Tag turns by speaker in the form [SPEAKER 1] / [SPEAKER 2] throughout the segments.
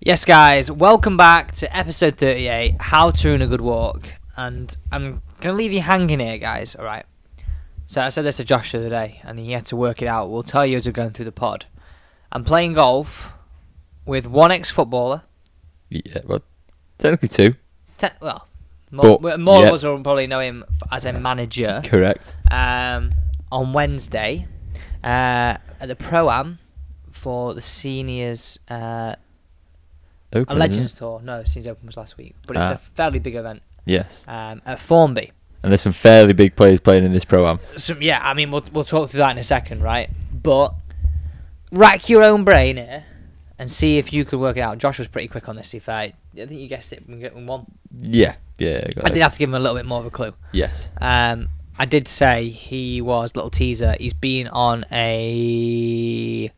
[SPEAKER 1] Yes, guys, welcome back to episode 38 How to Run a Good Walk. And I'm going to leave you hanging here, guys, alright? So I said this to Josh the other day, and he had to work it out. We'll tell you as we're going through the pod. I'm playing golf with one ex footballer.
[SPEAKER 2] Yeah, well, technically two.
[SPEAKER 1] Te- well, more,
[SPEAKER 2] But,
[SPEAKER 1] more
[SPEAKER 2] yeah.
[SPEAKER 1] of us will probably know him as a manager.
[SPEAKER 2] Correct.
[SPEAKER 1] um, on Wednesday uh, at the Pro Am for the seniors uh, a
[SPEAKER 2] Open, isn't
[SPEAKER 1] Legends
[SPEAKER 2] it?
[SPEAKER 1] Tour. No, seniors Open was last week, but it's
[SPEAKER 2] Ah.
[SPEAKER 1] a fairly big event
[SPEAKER 2] Yes,
[SPEAKER 1] um, at Formby.
[SPEAKER 2] and there's some fairly big players playing in this pro am.
[SPEAKER 1] So yeah, I mean we'll we'll talk through that in a second, right? But rack your own brain here and see if you could work it out. Josh was pretty quick on this. If I, I think you guessed it when getting one,
[SPEAKER 2] Yeah, yeah. got
[SPEAKER 1] I
[SPEAKER 2] it.
[SPEAKER 1] did have to give him a little bit more of a clue.
[SPEAKER 2] Yes,
[SPEAKER 1] Um, I did say he was little teaser. He's been on a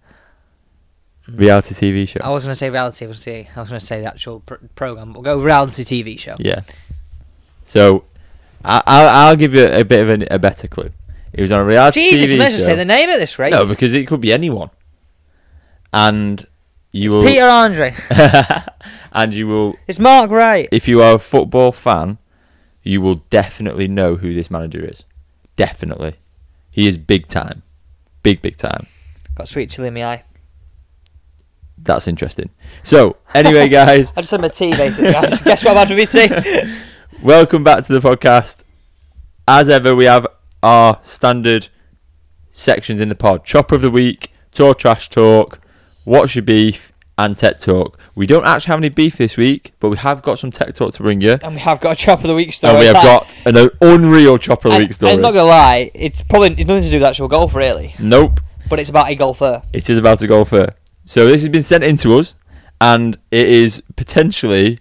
[SPEAKER 1] Mm.
[SPEAKER 2] reality TV show.
[SPEAKER 1] I was going to say reality. I was going to say, I was gonna say the actual pr- program. We'll go reality TV show.
[SPEAKER 2] Yeah. So, I, I'll I'll give you a bit of an, a better clue. It was on a reality
[SPEAKER 1] Jesus,
[SPEAKER 2] TV
[SPEAKER 1] you might as well
[SPEAKER 2] show.
[SPEAKER 1] say the name at this rate.
[SPEAKER 2] no, because it could be anyone, and you will
[SPEAKER 1] Peter Andre.
[SPEAKER 2] and you will
[SPEAKER 1] It's Mark Wright.
[SPEAKER 2] if you are a football fan, you will definitely know who this manager is. Definitely, he is big time, big big time.
[SPEAKER 1] Got sweet chili in my eye.
[SPEAKER 2] That's interesting. So, anyway, guys,
[SPEAKER 1] I just had my tea, basically. I just- Guess what I'm had with my tea?
[SPEAKER 2] welcome back to the podcast. As ever, we have our standard sections in the pod Chopper of the Week, Tour Trash Talk, What's Your Beef, and Tech Talk. We don't actually have any beef this week, but we have got some Tech Talk to bring you.
[SPEAKER 1] And we have got a chop of the week story.
[SPEAKER 2] And we have
[SPEAKER 1] That-
[SPEAKER 2] got an unreal Chopper of the
[SPEAKER 1] and-
[SPEAKER 2] Week story.
[SPEAKER 1] I'm not going to lie. It's probably it's nothing to do with actual golf, really.
[SPEAKER 2] Nope.
[SPEAKER 1] But it's about a golfer.
[SPEAKER 2] It is about a golfer. So this has been sent in to us, and it is potentially.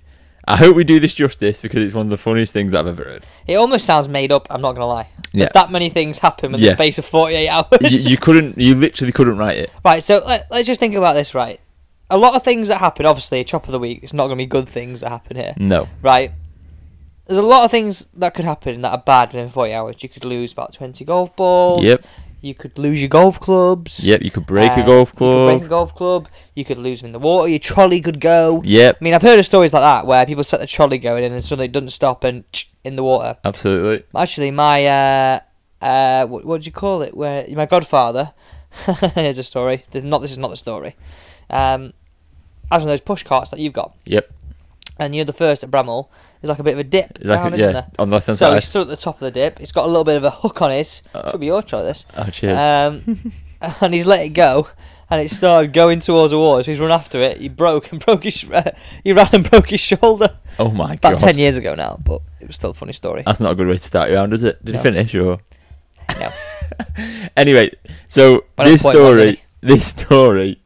[SPEAKER 2] I hope we do this justice because it's one of the funniest things I've ever heard.
[SPEAKER 1] It almost sounds made up. I'm not going to lie.
[SPEAKER 2] Yeah.
[SPEAKER 1] There's that many things happen in
[SPEAKER 2] Yeah.
[SPEAKER 1] the space of 48 hours.
[SPEAKER 2] you, you couldn't. You literally couldn't write it.
[SPEAKER 1] Right, so let, let's just think about this, right? A lot of things that happen, obviously, chop of the week, it's not going to be good things that happen here,
[SPEAKER 2] No.
[SPEAKER 1] right? There's a lot of things that could happen that are bad within 40 hours. You could lose about 20 golf balls.
[SPEAKER 2] Yep.
[SPEAKER 1] You could lose your golf clubs.
[SPEAKER 2] Yep. You could break
[SPEAKER 1] Uh,
[SPEAKER 2] a golf
[SPEAKER 1] You could break
[SPEAKER 2] club.
[SPEAKER 1] a golf club. You could lose them in the water. Your trolley could go.
[SPEAKER 2] Yep.
[SPEAKER 1] I mean, I've heard of stories like that where people set the trolley going and then suddenly it doesn't stop and in the water.
[SPEAKER 2] Absolutely.
[SPEAKER 1] Actually, my uh, uh, what, what do you call it? Where my godfather? Here's a story. This is not this is not the story. Um, I was one of those push carts that you've got,
[SPEAKER 2] Yep.
[SPEAKER 1] and you're the first at Bramall. There's like a bit of a dip
[SPEAKER 2] Like a-
[SPEAKER 1] down, isn't
[SPEAKER 2] yeah. On the left
[SPEAKER 1] there?
[SPEAKER 2] hand
[SPEAKER 1] So
[SPEAKER 2] side.
[SPEAKER 1] he's stood at the top of the dip. It's got a little bit of a hook on his.
[SPEAKER 2] Uh,
[SPEAKER 1] Should be your try this.
[SPEAKER 2] Oh, cheers.
[SPEAKER 1] Um, and he's let it go, and it started going towards the water. So he's run after it. He broke and broke his. uh, he ran and broke his shoulder.
[SPEAKER 2] oh my
[SPEAKER 1] About
[SPEAKER 2] god. Uh,
[SPEAKER 1] ten years ago now, but it was still a funny story.
[SPEAKER 2] That's not a good way to start your round, is it? Did
[SPEAKER 1] No.
[SPEAKER 2] you finish or?
[SPEAKER 1] No.
[SPEAKER 2] anyway, so
[SPEAKER 1] But I'm
[SPEAKER 2] this
[SPEAKER 1] quite lucky.
[SPEAKER 2] story, this story,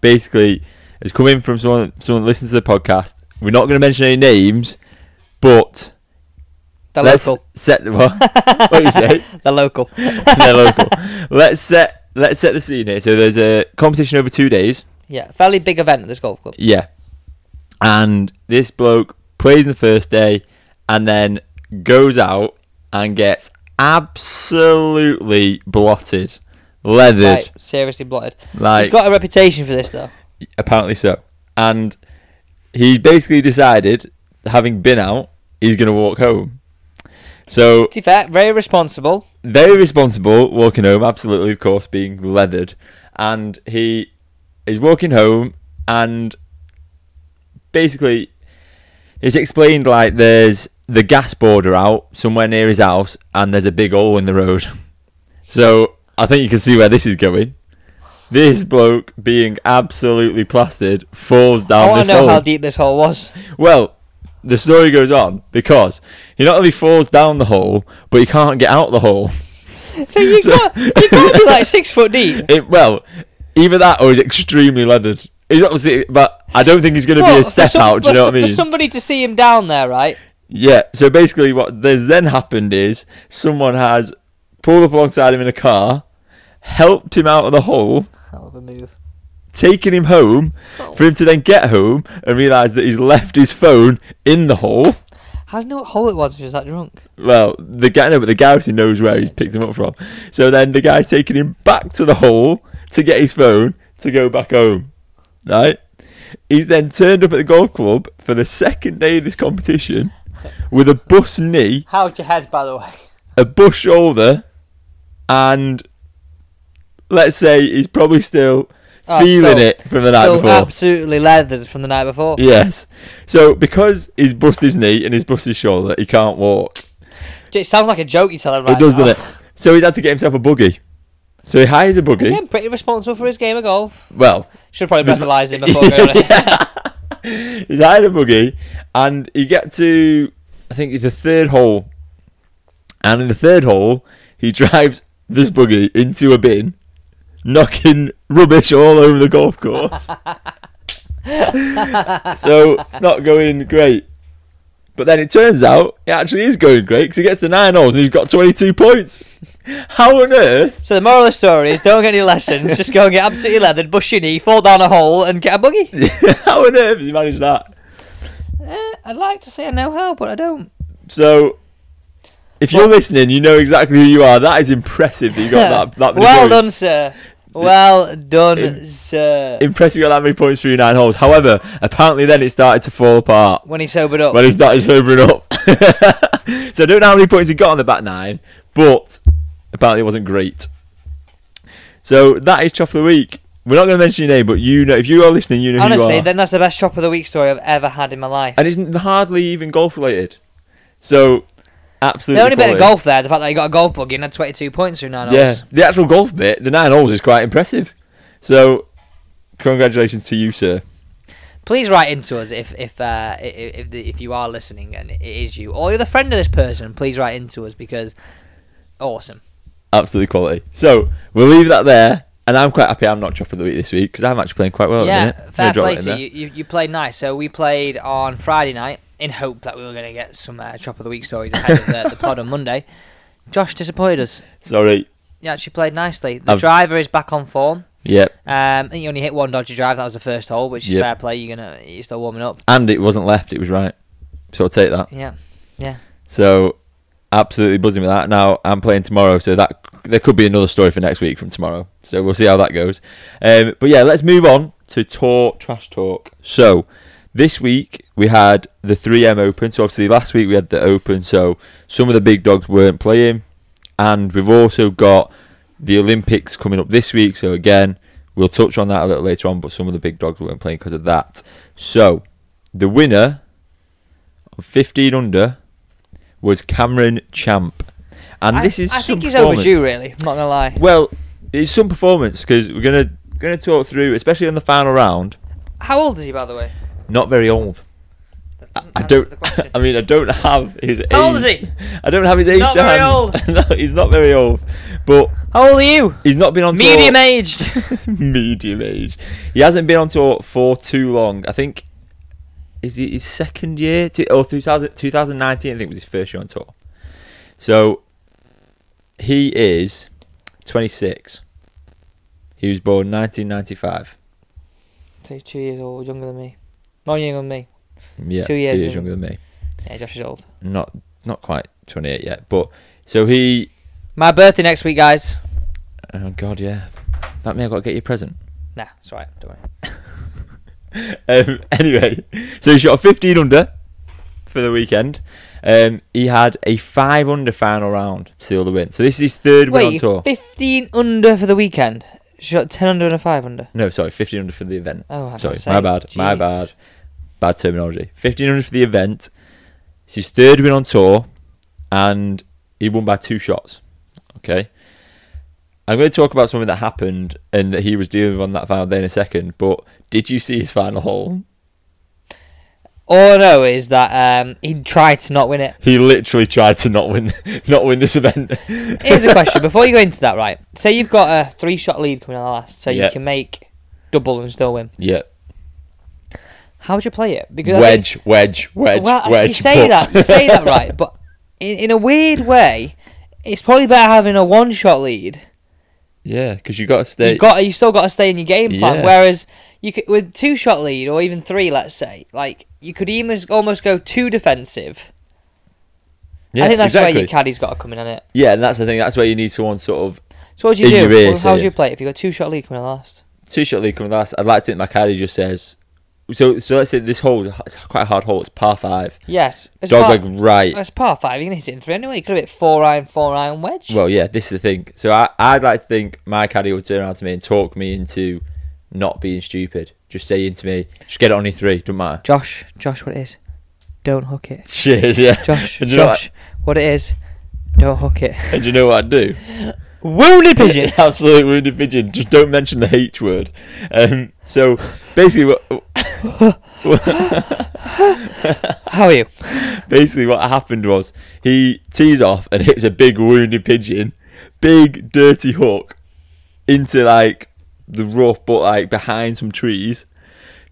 [SPEAKER 2] basically, has come in from someone. Someone that listens to the podcast. We're not going to mention any names, but
[SPEAKER 1] They're
[SPEAKER 2] let's
[SPEAKER 1] local.
[SPEAKER 2] set what? what do you say?
[SPEAKER 1] They're local.
[SPEAKER 2] They're local. Let's set let's set the scene here. So there's a competition over two days.
[SPEAKER 1] Yeah, fairly big event at this golf club.
[SPEAKER 2] Yeah. And this bloke plays in the first day and then goes out and gets absolutely blotted, leathered,
[SPEAKER 1] Like, seriously blotted.
[SPEAKER 2] like
[SPEAKER 1] He's got a reputation for this though.
[SPEAKER 2] apparently so. And he basically decided, having been out, he's going to walk home. So
[SPEAKER 1] To be fair, very responsible.
[SPEAKER 2] very responsible walking home, absolutely, of course, being leathered. And he is walking home, and basically, it's explained like there's the gas border out somewhere near his house, and there's a big hole in the road. So I think you can see where this is going. This bloke, being absolutely plastered, falls
[SPEAKER 1] Oh, I
[SPEAKER 2] down
[SPEAKER 1] want
[SPEAKER 2] this
[SPEAKER 1] to know
[SPEAKER 2] hole.
[SPEAKER 1] how deep this hole was.
[SPEAKER 2] Well, the story goes on because he not only falls down the hole, but he can't get out the hole.
[SPEAKER 1] So you
[SPEAKER 2] So-
[SPEAKER 1] got you got to be like six foot deep.
[SPEAKER 2] It, well, either that or he's extremely leathered. He's obviously, but I don't think he's going to be
[SPEAKER 1] But
[SPEAKER 2] a
[SPEAKER 1] for
[SPEAKER 2] step
[SPEAKER 1] some-
[SPEAKER 2] out. Do you
[SPEAKER 1] for
[SPEAKER 2] know
[SPEAKER 1] some-
[SPEAKER 2] what I mean?
[SPEAKER 1] For somebody to see him down there, right?
[SPEAKER 2] yeah. So basically, what has then happened is someone has pulled up alongside him in a car, helped him out of the hole,
[SPEAKER 1] Hell of a move.
[SPEAKER 2] taken him home,
[SPEAKER 1] Oh.
[SPEAKER 2] for him to then get home and realise that he's left his phone in the hole.
[SPEAKER 1] How do you know what hole it was if he was that drunk?
[SPEAKER 2] Well, the guy, no, but the guy obviously knows where he's picked him up from. So then the guy's taking him back to the hall to get his phone to go back home, right? He's then turned up at the golf club for the second day of this competition with a bus knee,
[SPEAKER 1] How'd your head, by the way?
[SPEAKER 2] a bus shoulder, and let's say he's probably still
[SPEAKER 1] Oh,
[SPEAKER 2] feeling
[SPEAKER 1] still-
[SPEAKER 2] it from the night
[SPEAKER 1] Still
[SPEAKER 2] before.
[SPEAKER 1] absolutely leathered from the night before.
[SPEAKER 2] Yes. So because he's bust his knee and he's bust his shoulder, he can't walk.
[SPEAKER 1] It sounds like a joke you tell him right
[SPEAKER 2] it does,
[SPEAKER 1] now.
[SPEAKER 2] doesn't it? So he's had to get himself a buggy. So he hires a buggy.
[SPEAKER 1] Again, pretty responsible for his game of golf.
[SPEAKER 2] Well,
[SPEAKER 1] Should probably
[SPEAKER 2] There's-
[SPEAKER 1] breathalyze him before going on it.
[SPEAKER 2] he's hired a buggy, and you get to I think it's the third hole, and in the third hole he drives this buggy into a bin, knocking rubbish all over the golf course. so it's not going great. But then it turns out it actually is going great because he gets to nine holes and he's got 22 points. How on earth?
[SPEAKER 1] So the moral of the story is don't get any lessons, just go and get absolutely leathered, bush your knee, fall down a hole and get a buggy.
[SPEAKER 2] how on earth has he managed that?
[SPEAKER 1] Eh, I'd like to say I know how, but I don't.
[SPEAKER 2] So, if you're listening, you know exactly who you are. That is impressive that you got that. that many
[SPEAKER 1] well
[SPEAKER 2] points.
[SPEAKER 1] done, sir. Well done,
[SPEAKER 2] Im-
[SPEAKER 1] sir.
[SPEAKER 2] Impressive you got that many points through nine holes. However, apparently then it started to fall apart
[SPEAKER 1] when he sobered up.
[SPEAKER 2] when he started sobering up. so I don't know how many points he got on the back nine, but apparently it wasn't great. So that is chop of the week. We're not going to mention your name, but you know if you are listening, you know who you
[SPEAKER 1] Honestly,
[SPEAKER 2] are.
[SPEAKER 1] then that's the best chop of the week story I've ever had in my life.
[SPEAKER 2] and it's hardly even golf related. So absolutely.
[SPEAKER 1] The only bit of
[SPEAKER 2] quality.
[SPEAKER 1] golf there, the fact that he got a golf buggy and had 22 points through nine
[SPEAKER 2] Yeah,
[SPEAKER 1] holes.
[SPEAKER 2] the actual golf bit, the nine holes, is quite impressive. So, congratulations to you, sir.
[SPEAKER 1] Please write into us if if uh, i- i- if, the, if you are listening and it is you or you're the friend of this person. Please write into us because awesome.
[SPEAKER 2] Absolutely quality. So, we'll leave that there. And I'm quite happy I'm not chopper of the week this week because I'm actually playing quite well. at the
[SPEAKER 1] yeah,
[SPEAKER 2] minute. No
[SPEAKER 1] fair
[SPEAKER 2] drama
[SPEAKER 1] play
[SPEAKER 2] in
[SPEAKER 1] to
[SPEAKER 2] there.
[SPEAKER 1] you. you. You played nice. So we played on Friday night in hope that we were going to get some uh, chop of the week stories ahead of the, the pod on Monday. Josh disappointed us.
[SPEAKER 2] Sorry.
[SPEAKER 1] He actually played nicely. The
[SPEAKER 2] I've-
[SPEAKER 1] driver is back on form.
[SPEAKER 2] Yep.
[SPEAKER 1] Um, he only hit one dodgy drive. That was the first hole, which is
[SPEAKER 2] Yep.
[SPEAKER 1] fair play. You're gonna you're still warming up.
[SPEAKER 2] And it wasn't left, it was right. So, I'll take that.
[SPEAKER 1] Yeah,
[SPEAKER 2] So, absolutely buzzing with that. Now, I'm playing tomorrow. So, that there could be another story for next week from tomorrow. So, we'll see how that goes. Um, but yeah, let's move on to talk, trash talk. So, This week we had the 3M Open. So obviously last week we had the Open. So some of the big dogs weren't playing, and we've also got the Olympics coming up this week. So again, we'll touch on that a little later on. But some of the big dogs weren't playing because of that. So the winner of 15 under was Cameron Champ, and
[SPEAKER 1] I,
[SPEAKER 2] this is
[SPEAKER 1] I
[SPEAKER 2] some
[SPEAKER 1] think he's
[SPEAKER 2] performance-
[SPEAKER 1] overdue. Really, I'm not gonna lie.
[SPEAKER 2] Well, it's some performance because we're gonna gonna talk through, especially on the final round.
[SPEAKER 1] How old is he, by the way?
[SPEAKER 2] Not very old.
[SPEAKER 1] That
[SPEAKER 2] I-
[SPEAKER 1] doesn't
[SPEAKER 2] I
[SPEAKER 1] answer
[SPEAKER 2] don't.
[SPEAKER 1] the question.
[SPEAKER 2] I mean, I don't have his age.
[SPEAKER 1] How old is he?
[SPEAKER 2] I don't have his age.
[SPEAKER 1] Not
[SPEAKER 2] to
[SPEAKER 1] very
[SPEAKER 2] hand.
[SPEAKER 1] old.
[SPEAKER 2] no, he's not very old, but
[SPEAKER 1] How old are you?
[SPEAKER 2] he's not been on tour-
[SPEAKER 1] Medium aged.
[SPEAKER 2] medium age. He hasn't been on tour for too long. I think is it his second year Two- or 2000, 2019 I think was his first year on tour. So he is 26. He was born 1995.
[SPEAKER 1] so he's two years old, younger than me. More younger than me.
[SPEAKER 2] Yeah,
[SPEAKER 1] Two years
[SPEAKER 2] two years
[SPEAKER 1] younger.
[SPEAKER 2] younger than me.
[SPEAKER 1] Yeah, Josh is old.
[SPEAKER 2] Not not quite 28 yet, but so he
[SPEAKER 1] My birthday next week, guys.
[SPEAKER 2] Oh God, yeah. That mean I got to get you a present.
[SPEAKER 1] Nah, it's alright. Don't worry.
[SPEAKER 2] Um, anyway, so he shot 15 under for the weekend. Um, he had a five under final round to seal the win. So this is his third win on
[SPEAKER 1] Wait,
[SPEAKER 2] tour.
[SPEAKER 1] 15 under for the weekend. Shot 10 under and a 5 under.
[SPEAKER 2] no, sorry, 15 under for the event.
[SPEAKER 1] Oh, I
[SPEAKER 2] Sorry, my bad, my bad, bad terminology. 15 under for the event. It's his third win on tour, and he won by two shots. Okay. I'm going to talk about something that happened and that he was dealing with on that final day in a second. But did you see his final hole?
[SPEAKER 1] All I know is that um, he tried to not win it.
[SPEAKER 2] He literally tried to not win, not win this event.
[SPEAKER 1] Here's a question before you go into that, right? Say you've got a three shot lead coming on the last, so
[SPEAKER 2] Yeah.
[SPEAKER 1] you can make double and still win.
[SPEAKER 2] yeah,
[SPEAKER 1] How would you play it? Because I think-
[SPEAKER 2] wedge, wedge, wedge,
[SPEAKER 1] well,
[SPEAKER 2] wedge.
[SPEAKER 1] you say
[SPEAKER 2] putt.
[SPEAKER 1] that, you say that, right? But in, in a weird way, it's probably better having a one shot lead.
[SPEAKER 2] yeah, because you got to stay.
[SPEAKER 1] You got you still got to stay in your game plan.
[SPEAKER 2] Yeah.
[SPEAKER 1] Whereas you could, with two shot lead or even three, let's say, like you could even almost go too defensive.
[SPEAKER 2] yeah,
[SPEAKER 1] I think that's
[SPEAKER 2] exactly.
[SPEAKER 1] where your caddy's got to come in on it.
[SPEAKER 2] Yeah, and that's the thing. That's where you need someone sort of
[SPEAKER 1] So what do you
[SPEAKER 2] In
[SPEAKER 1] do?
[SPEAKER 2] your ear,
[SPEAKER 1] Well, how
[SPEAKER 2] say
[SPEAKER 1] do
[SPEAKER 2] it.
[SPEAKER 1] you play it if you got two shot lead coming on last?
[SPEAKER 2] two shot lead coming last. I'd like to think my caddy just says, so so let's say this hole it's quite a hard hole. It's par five.
[SPEAKER 1] Yes. It's
[SPEAKER 2] Dog
[SPEAKER 1] par,
[SPEAKER 2] leg right.
[SPEAKER 1] It's par five. You're gonna hit it in three anyway. You could have hit four iron, four iron wedge.
[SPEAKER 2] Well, yeah, this is the thing. So I, I'd like to think my caddy would turn around to me and talk me into not being stupid. Just saying to me, just get it on your three, don't matter.
[SPEAKER 1] Josh, Josh, what it is? Don't hook it.
[SPEAKER 2] Cheers, yeah.
[SPEAKER 1] Josh,
[SPEAKER 2] And you know what-
[SPEAKER 1] Josh, what it is? Don't hook it.
[SPEAKER 2] and you know what I'd do?
[SPEAKER 1] Wounded pigeon.
[SPEAKER 2] Absolute wounded pigeon. Just don't mention the H word. Um, so basically, what
[SPEAKER 1] How are you?
[SPEAKER 2] basically what happened was he tees off and hits a big wounded pigeon, big dirty hook into like the rough, but like behind some trees.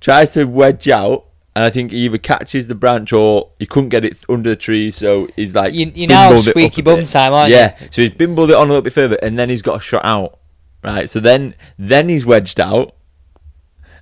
[SPEAKER 2] Tries to wedge out, and I think he either catches the branch or he couldn't get it under the tree, so he's like
[SPEAKER 1] You- you're now
[SPEAKER 2] bimbled it up
[SPEAKER 1] squeaky
[SPEAKER 2] a
[SPEAKER 1] bum
[SPEAKER 2] bit.
[SPEAKER 1] time, aren't you?
[SPEAKER 2] yeah. So he's bimbled it on a little bit further, and then he's got a shot out. Right, so then then he's wedged out,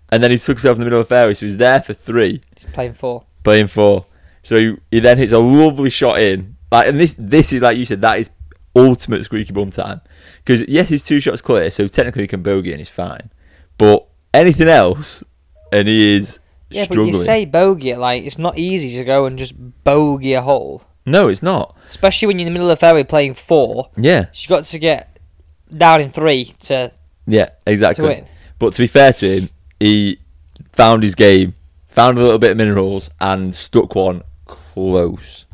[SPEAKER 2] and then he stuck himself in the middle of the fairway. So he's there for three,
[SPEAKER 1] He's playing four.
[SPEAKER 2] playing four. So he, he then hits a lovely shot in. Like and this this is like you said that is ultimate squeaky bum time because yes he's two shots clear so technically he can bogey and he's fine, but anything else and he is
[SPEAKER 1] Yeah,
[SPEAKER 2] struggling.
[SPEAKER 1] but you say bogey it like it's not easy to go and just bogey a hole,
[SPEAKER 2] no, it's not.
[SPEAKER 1] especially when you're in the middle of the fairway playing four.
[SPEAKER 2] Yeah,
[SPEAKER 1] She's got to get down in three to
[SPEAKER 2] yeah,
[SPEAKER 1] to
[SPEAKER 2] exactly.
[SPEAKER 1] win.
[SPEAKER 2] But to be fair to him, he found his game, found a little bit of minerals, and stuck one close,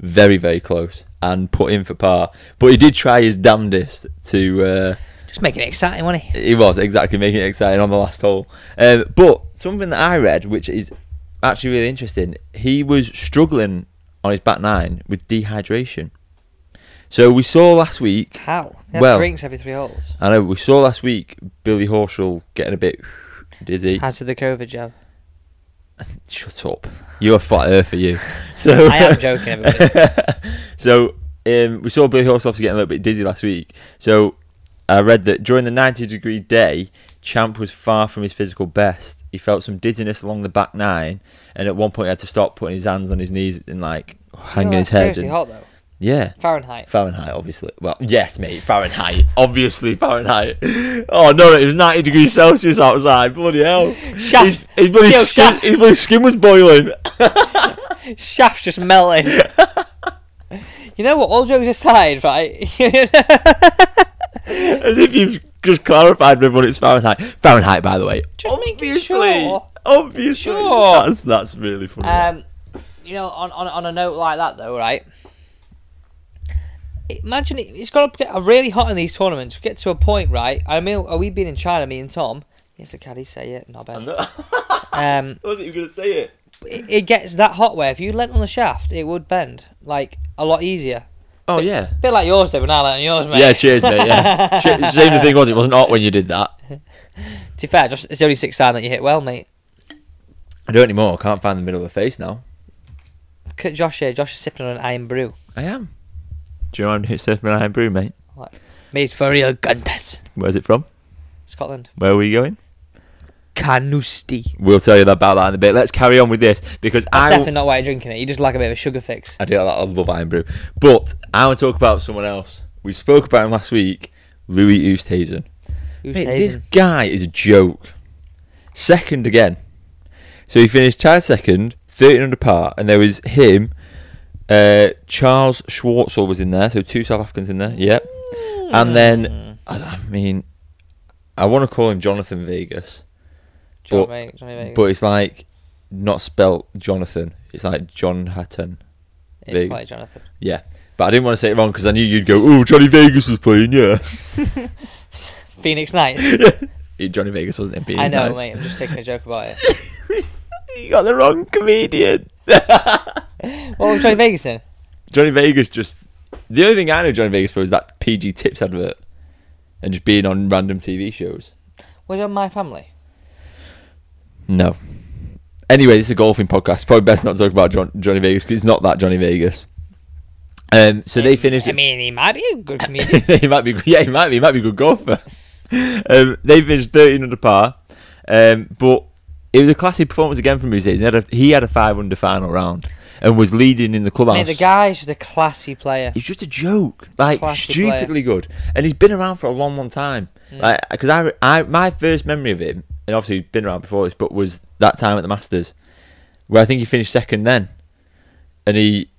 [SPEAKER 2] very very close, and put in for par. But he did try his damnedest to. Uh,
[SPEAKER 1] Just making it exciting, wasn't he?
[SPEAKER 2] He was exactly making it exciting on the last hole. Um, but something that I read, which is actually really interesting, he was struggling on his back nine with dehydration. So we saw last week.
[SPEAKER 1] How? He had
[SPEAKER 2] Well-
[SPEAKER 1] drinks every three holes.
[SPEAKER 2] I know we saw last week Billy Horschel getting a bit dizzy.
[SPEAKER 1] Has to the COVID jab.
[SPEAKER 2] Shut up! You're a flat earther, you. So
[SPEAKER 1] I am joking, everybody.
[SPEAKER 2] so um, we saw Billy Horschel obviously getting a little bit dizzy last week. So I read that during the 90 degree day, Champ was far from his physical best. He felt some dizziness along the back nine, and at one point he had to stop putting his hands on his knees and like hanging
[SPEAKER 1] No,
[SPEAKER 2] his
[SPEAKER 1] that's
[SPEAKER 2] head.
[SPEAKER 1] Seriously
[SPEAKER 2] and-
[SPEAKER 1] hot though.
[SPEAKER 2] yeah.
[SPEAKER 1] Fahrenheit.
[SPEAKER 2] Fahrenheit, obviously. Well, yes, mate, Fahrenheit. obviously, Fahrenheit. Oh no, it was 90 degrees Celsius outside. Bloody hell!
[SPEAKER 1] Shaft-
[SPEAKER 2] His, his, bloody
[SPEAKER 1] Yo,
[SPEAKER 2] skin,
[SPEAKER 1] shaft.
[SPEAKER 2] his bloody skin was boiling.
[SPEAKER 1] Shaft's just melting. you know what? All jokes aside, right?
[SPEAKER 2] As if you've just clarified with everyone it's Fahrenheit. Fahrenheit, by the way.
[SPEAKER 1] Just making sure.
[SPEAKER 2] Obviously.
[SPEAKER 1] Sure.
[SPEAKER 2] That's, that's really funny.
[SPEAKER 1] um, you know, on, on on a note like that though, right? Imagine it, it's got to get really hot in these tournaments. We get to a point, right? I mean, are we been in China? Me and Tom. Yes, I can. Say it, not
[SPEAKER 2] I
[SPEAKER 1] bad.
[SPEAKER 2] know-
[SPEAKER 1] Um,
[SPEAKER 2] I wasn't even going to say it.
[SPEAKER 1] it, it gets that hot where if you leant on the shaft, it would bend like a lot easier.
[SPEAKER 2] Oh, yeah.
[SPEAKER 1] A bit like yours, though, but not like yours, mate.
[SPEAKER 2] Yeah, cheers, mate. Yeah. Sh- Shame the thing was, it wasn't hot when you did that.
[SPEAKER 1] To be fair, just it's only six time that you hit well, mate.
[SPEAKER 2] I don't anymore. I can't find the middle of the face now.
[SPEAKER 1] Look at Josh here. Josh is sipping on an iron brew.
[SPEAKER 2] I am. Do you know who's surfing an iron brew, mate?
[SPEAKER 1] Made for real gunners.
[SPEAKER 2] Where's it from?
[SPEAKER 1] Scotland.
[SPEAKER 2] Where are we going?
[SPEAKER 1] Canusti.
[SPEAKER 2] We'll tell you about that in a bit. Let's carry on with this because
[SPEAKER 1] That's
[SPEAKER 2] I.
[SPEAKER 1] Oh, definitely not why you're drinking it. You just like a bit of a sugar fix.
[SPEAKER 2] I do. I love Iron Brew. But I want to talk about someone else. We spoke about him last week, Louis Oosthuizen.
[SPEAKER 1] Who's
[SPEAKER 2] Mate,
[SPEAKER 1] tasing?
[SPEAKER 2] this guy is a joke. Second again. So he finished tied second, 13 under par, and there was him. Uh, Charles Schwartzel was in there, so two South Africans in there. Yep. And then, I, I mean, I want to call him Jonathan Vegas,
[SPEAKER 1] Johnny
[SPEAKER 2] but-
[SPEAKER 1] Vegas, Johnny Vegas.
[SPEAKER 2] but it's like not spelt Jonathan. It's like John Hatton.
[SPEAKER 1] it's quite Jonathan.
[SPEAKER 2] Yeah. But I didn't want to say it wrong because I knew you'd go, oh, Johnny Vegas was playing, yeah.
[SPEAKER 1] Phoenix Knights.
[SPEAKER 2] Yeah, Johnny Vegas wasn't in being
[SPEAKER 1] I know,
[SPEAKER 2] nice.
[SPEAKER 1] mate. I'm just taking a joke about it.
[SPEAKER 2] You got the wrong comedian.
[SPEAKER 1] What was Johnny Vegas in?
[SPEAKER 2] Johnny Vegas just. The only thing I know Johnny Vegas for is that PG Tips advert and just being on random TV shows.
[SPEAKER 1] Was it on My Family?
[SPEAKER 2] No. Anyway, this is a golfing podcast. Probably best not talk about John, Johnny Vegas because it's not that Johnny Vegas. Um, so they finished.
[SPEAKER 1] I
[SPEAKER 2] at-
[SPEAKER 1] mean, he might be a good comedian.
[SPEAKER 2] he might be. Yeah, he might be. He might be a good golfer. Um, they finished 13 under par, um, but it was a classic performance again from Mercedes. He had a, he had a five under final round and was leading in the clubhouse.
[SPEAKER 1] Mate, the guy's just a classy player.
[SPEAKER 2] He's just a joke, like
[SPEAKER 1] Classy player. Mm.
[SPEAKER 2] stupidly good, and he's been around for a long, long time. Like, because I, I, my first memory of him and obviously he'd been around before this, but was that time at the Masters, where I think he finished second then, and he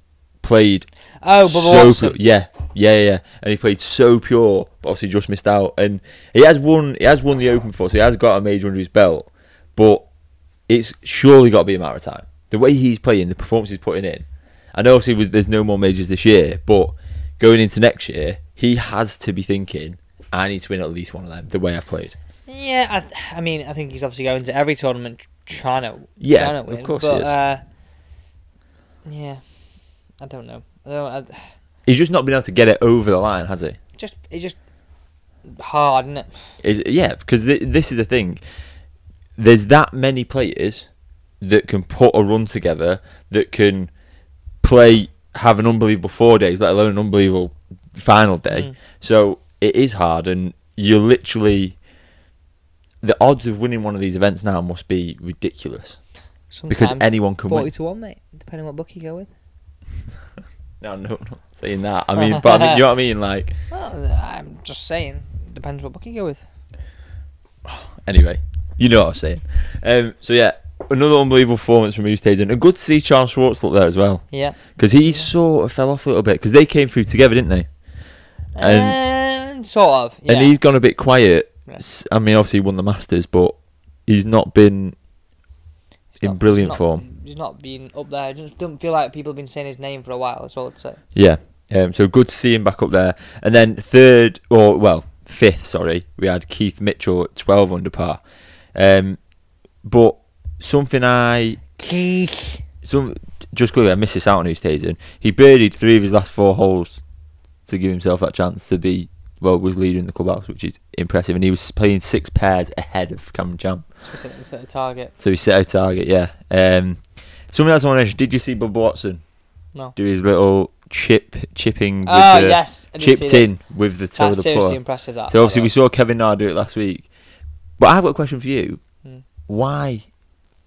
[SPEAKER 2] played
[SPEAKER 1] Oh, but
[SPEAKER 2] so
[SPEAKER 1] Watson.
[SPEAKER 2] pu- yeah, yeah, yeah, yeah. and he played so pure, but obviously just missed out. And he has won, he has won the Open for, so he has got a major under his belt. But it's surely got to be a matter of time. The way he's playing, the performance he's putting in. I know obviously with, there's no more majors this year, but going into next year, he has to be thinking, I need to win at least one of them. The way I've played,
[SPEAKER 1] Yeah, I, th- I mean, I think he's obviously going to every tournament tr- trying to,
[SPEAKER 2] Yeah,
[SPEAKER 1] trying to
[SPEAKER 2] of
[SPEAKER 1] win.
[SPEAKER 2] course he
[SPEAKER 1] but,
[SPEAKER 2] is.
[SPEAKER 1] Uh, yeah, I don't know. I don't, I,
[SPEAKER 2] he's just not been able to get it over the line, has he?
[SPEAKER 1] just it's just hard, isn't it?
[SPEAKER 2] Is yeah, because th- this is the thing. There's that many players that can put a run together, that can play, have an unbelievable four days, let alone an unbelievable final day.
[SPEAKER 1] Mm.
[SPEAKER 2] So it is hard, and you're literally the odds of winning one of these events now must be ridiculous
[SPEAKER 1] Sometimes
[SPEAKER 2] because anyone can
[SPEAKER 1] forty
[SPEAKER 2] win.
[SPEAKER 1] to one, mate. Depending on what book you go with.
[SPEAKER 2] No, no, I'm not saying that. I mean, but I mean, you know what I mean. Like
[SPEAKER 1] Well, I'm just saying. Depends what book you go with.
[SPEAKER 2] Anyway, you know what I'm saying. Um, so yeah, another unbelievable performance from Ustazen, and good to see Charles Schwartz look there as well
[SPEAKER 1] Yeah.
[SPEAKER 2] because he sort of fell off a little bit because they came through together, didn't they?
[SPEAKER 1] And, sort of. Yeah.
[SPEAKER 2] And he's gone a bit quiet.
[SPEAKER 1] Yeah.
[SPEAKER 2] S I I mean, obviously he won the Masters, but he's not been
[SPEAKER 1] He's
[SPEAKER 2] in
[SPEAKER 1] not-
[SPEAKER 2] brilliant
[SPEAKER 1] he's not-
[SPEAKER 2] form.
[SPEAKER 1] He's not been up there. I just don't feel like people have been saying his name for a while. That's all I'd say.
[SPEAKER 2] Yeah. Um, so good to see him back up there. And then third, or well, fifth, sorry, we had Keith Mitchell at 12 under par. Um, but something I
[SPEAKER 1] Keith.
[SPEAKER 2] some just quickly, I missed this out on who stays in. He birdied three of his last four holes to give himself that chance to be well was leader in the clubhouse, which is impressive. And he was playing six pairs ahead of Cameron Champ,
[SPEAKER 1] Instead of target.
[SPEAKER 2] so he set a target. Yeah. Um, something else I want to mention. Did you see Bob Watson
[SPEAKER 1] No.
[SPEAKER 2] do his little chip chipping? With
[SPEAKER 1] Oh
[SPEAKER 2] the,
[SPEAKER 1] yes. I did see
[SPEAKER 2] chipped
[SPEAKER 1] this.
[SPEAKER 2] in with the toe
[SPEAKER 1] That's
[SPEAKER 2] of the
[SPEAKER 1] seriously
[SPEAKER 2] putter.
[SPEAKER 1] impressive. That.
[SPEAKER 2] So
[SPEAKER 1] by
[SPEAKER 2] obviously
[SPEAKER 1] the
[SPEAKER 2] we
[SPEAKER 1] way.
[SPEAKER 2] saw Kevin Na do it last week, but I've got a question for you.
[SPEAKER 1] Hmm.
[SPEAKER 2] Why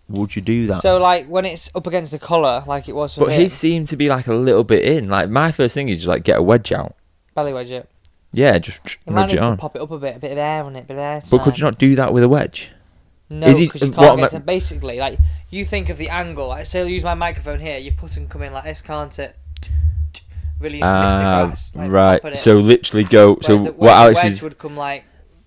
[SPEAKER 2] would you do that?
[SPEAKER 1] So like when it's up against the collar, like it was for
[SPEAKER 2] But
[SPEAKER 1] him,
[SPEAKER 2] he seemed to be like a little bit in. Like my first thing is just like get a wedge out.
[SPEAKER 1] belly wedge it.
[SPEAKER 2] Yeah, just tr-
[SPEAKER 1] The man
[SPEAKER 2] nudge
[SPEAKER 1] needs
[SPEAKER 2] it
[SPEAKER 1] to
[SPEAKER 2] on.
[SPEAKER 1] pop it up a bit, a bit of air on it, a bit of air.
[SPEAKER 2] But could you not do that with a wedge?
[SPEAKER 1] No,
[SPEAKER 2] Is he- uh,
[SPEAKER 1] because you
[SPEAKER 2] what
[SPEAKER 1] can't
[SPEAKER 2] am I-
[SPEAKER 1] make them basically like you think of the angle. Like, say, I'll use my microphone here. Your putt can come in like this, can't it? Really, just miss the
[SPEAKER 2] Ah,
[SPEAKER 1] grass. Like,
[SPEAKER 2] right.
[SPEAKER 1] pop at it.
[SPEAKER 2] So literally go. So
[SPEAKER 1] Whereas the-
[SPEAKER 2] what
[SPEAKER 1] whereas the
[SPEAKER 2] Alex
[SPEAKER 1] wedge
[SPEAKER 2] is,
[SPEAKER 1] would come like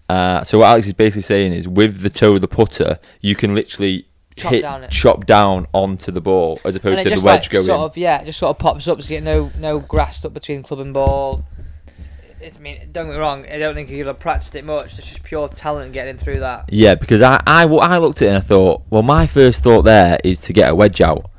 [SPEAKER 2] uh, so what Alex is basically saying is, with the toe of the putter, you can literally
[SPEAKER 1] Chop
[SPEAKER 2] hit,
[SPEAKER 1] down it.
[SPEAKER 2] chop down onto the ball, as
[SPEAKER 1] and
[SPEAKER 2] opposed
[SPEAKER 1] it
[SPEAKER 2] to the
[SPEAKER 1] just
[SPEAKER 2] wedge
[SPEAKER 1] like
[SPEAKER 2] going.
[SPEAKER 1] sort of yeah, it just sort of pops up so you get no no grass up between club and ball. It's, I mean, don't get me wrong. I don't think you'd have practiced it much. It's just pure talent getting through that.
[SPEAKER 2] Yeah, because I, I, well, I looked at it and I thought, well, my first thought there is to get a wedge out.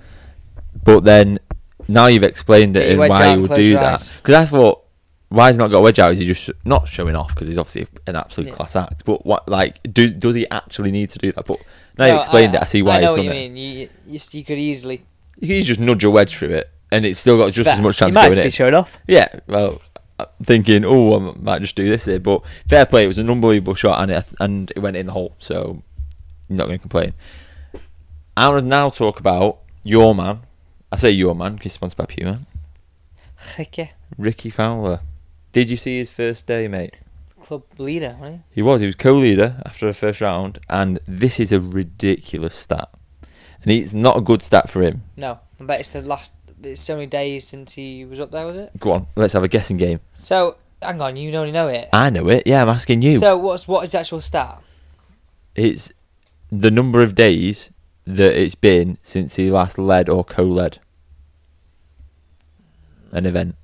[SPEAKER 2] But then now you've explained
[SPEAKER 1] Get your
[SPEAKER 2] it and
[SPEAKER 1] wedge out
[SPEAKER 2] why he
[SPEAKER 1] and
[SPEAKER 2] would
[SPEAKER 1] close
[SPEAKER 2] do
[SPEAKER 1] your
[SPEAKER 2] that.
[SPEAKER 1] eyes.
[SPEAKER 2] Because I thought, why has he not got a wedge out? Is he just not showing off? Because he's obviously an absolute
[SPEAKER 1] Yeah.
[SPEAKER 2] class act. But what, like, do, does he actually need to do that? But now
[SPEAKER 1] No,
[SPEAKER 2] you've explained it, I see why
[SPEAKER 1] I know
[SPEAKER 2] he's done
[SPEAKER 1] what
[SPEAKER 2] it.
[SPEAKER 1] you mean. You, you, you could easily
[SPEAKER 2] You can just nudge a wedge through it, and it's still got just as
[SPEAKER 1] Fair.
[SPEAKER 2] much chance
[SPEAKER 1] You
[SPEAKER 2] of
[SPEAKER 1] might just
[SPEAKER 2] going in.
[SPEAKER 1] be showing off.
[SPEAKER 2] Yeah, well, I'm thinking, oh, I m- might just do this here, but fair play. It was an unbelievable shot, and it and it went in the hole, so I'm not going to complain. I want to now talk about your man. I say your man because he's sponsored by Puma.
[SPEAKER 1] Ricky,
[SPEAKER 2] Ricky Fowler. Did you see his first day, mate?
[SPEAKER 1] club leader, right?
[SPEAKER 2] He was. He was co-leader after the first round, and this is a ridiculous stat, and it's not a good stat for him.
[SPEAKER 1] No, I bet it's the last. It's so many days since he was up there, was it?
[SPEAKER 2] Go on, let's have a guessing game.
[SPEAKER 1] So hang on, you only know it.
[SPEAKER 2] I know it. Yeah, I'm asking you.
[SPEAKER 1] So what's what is the actual stat?
[SPEAKER 2] It's the number of days that it's been since he last led or co-led an event.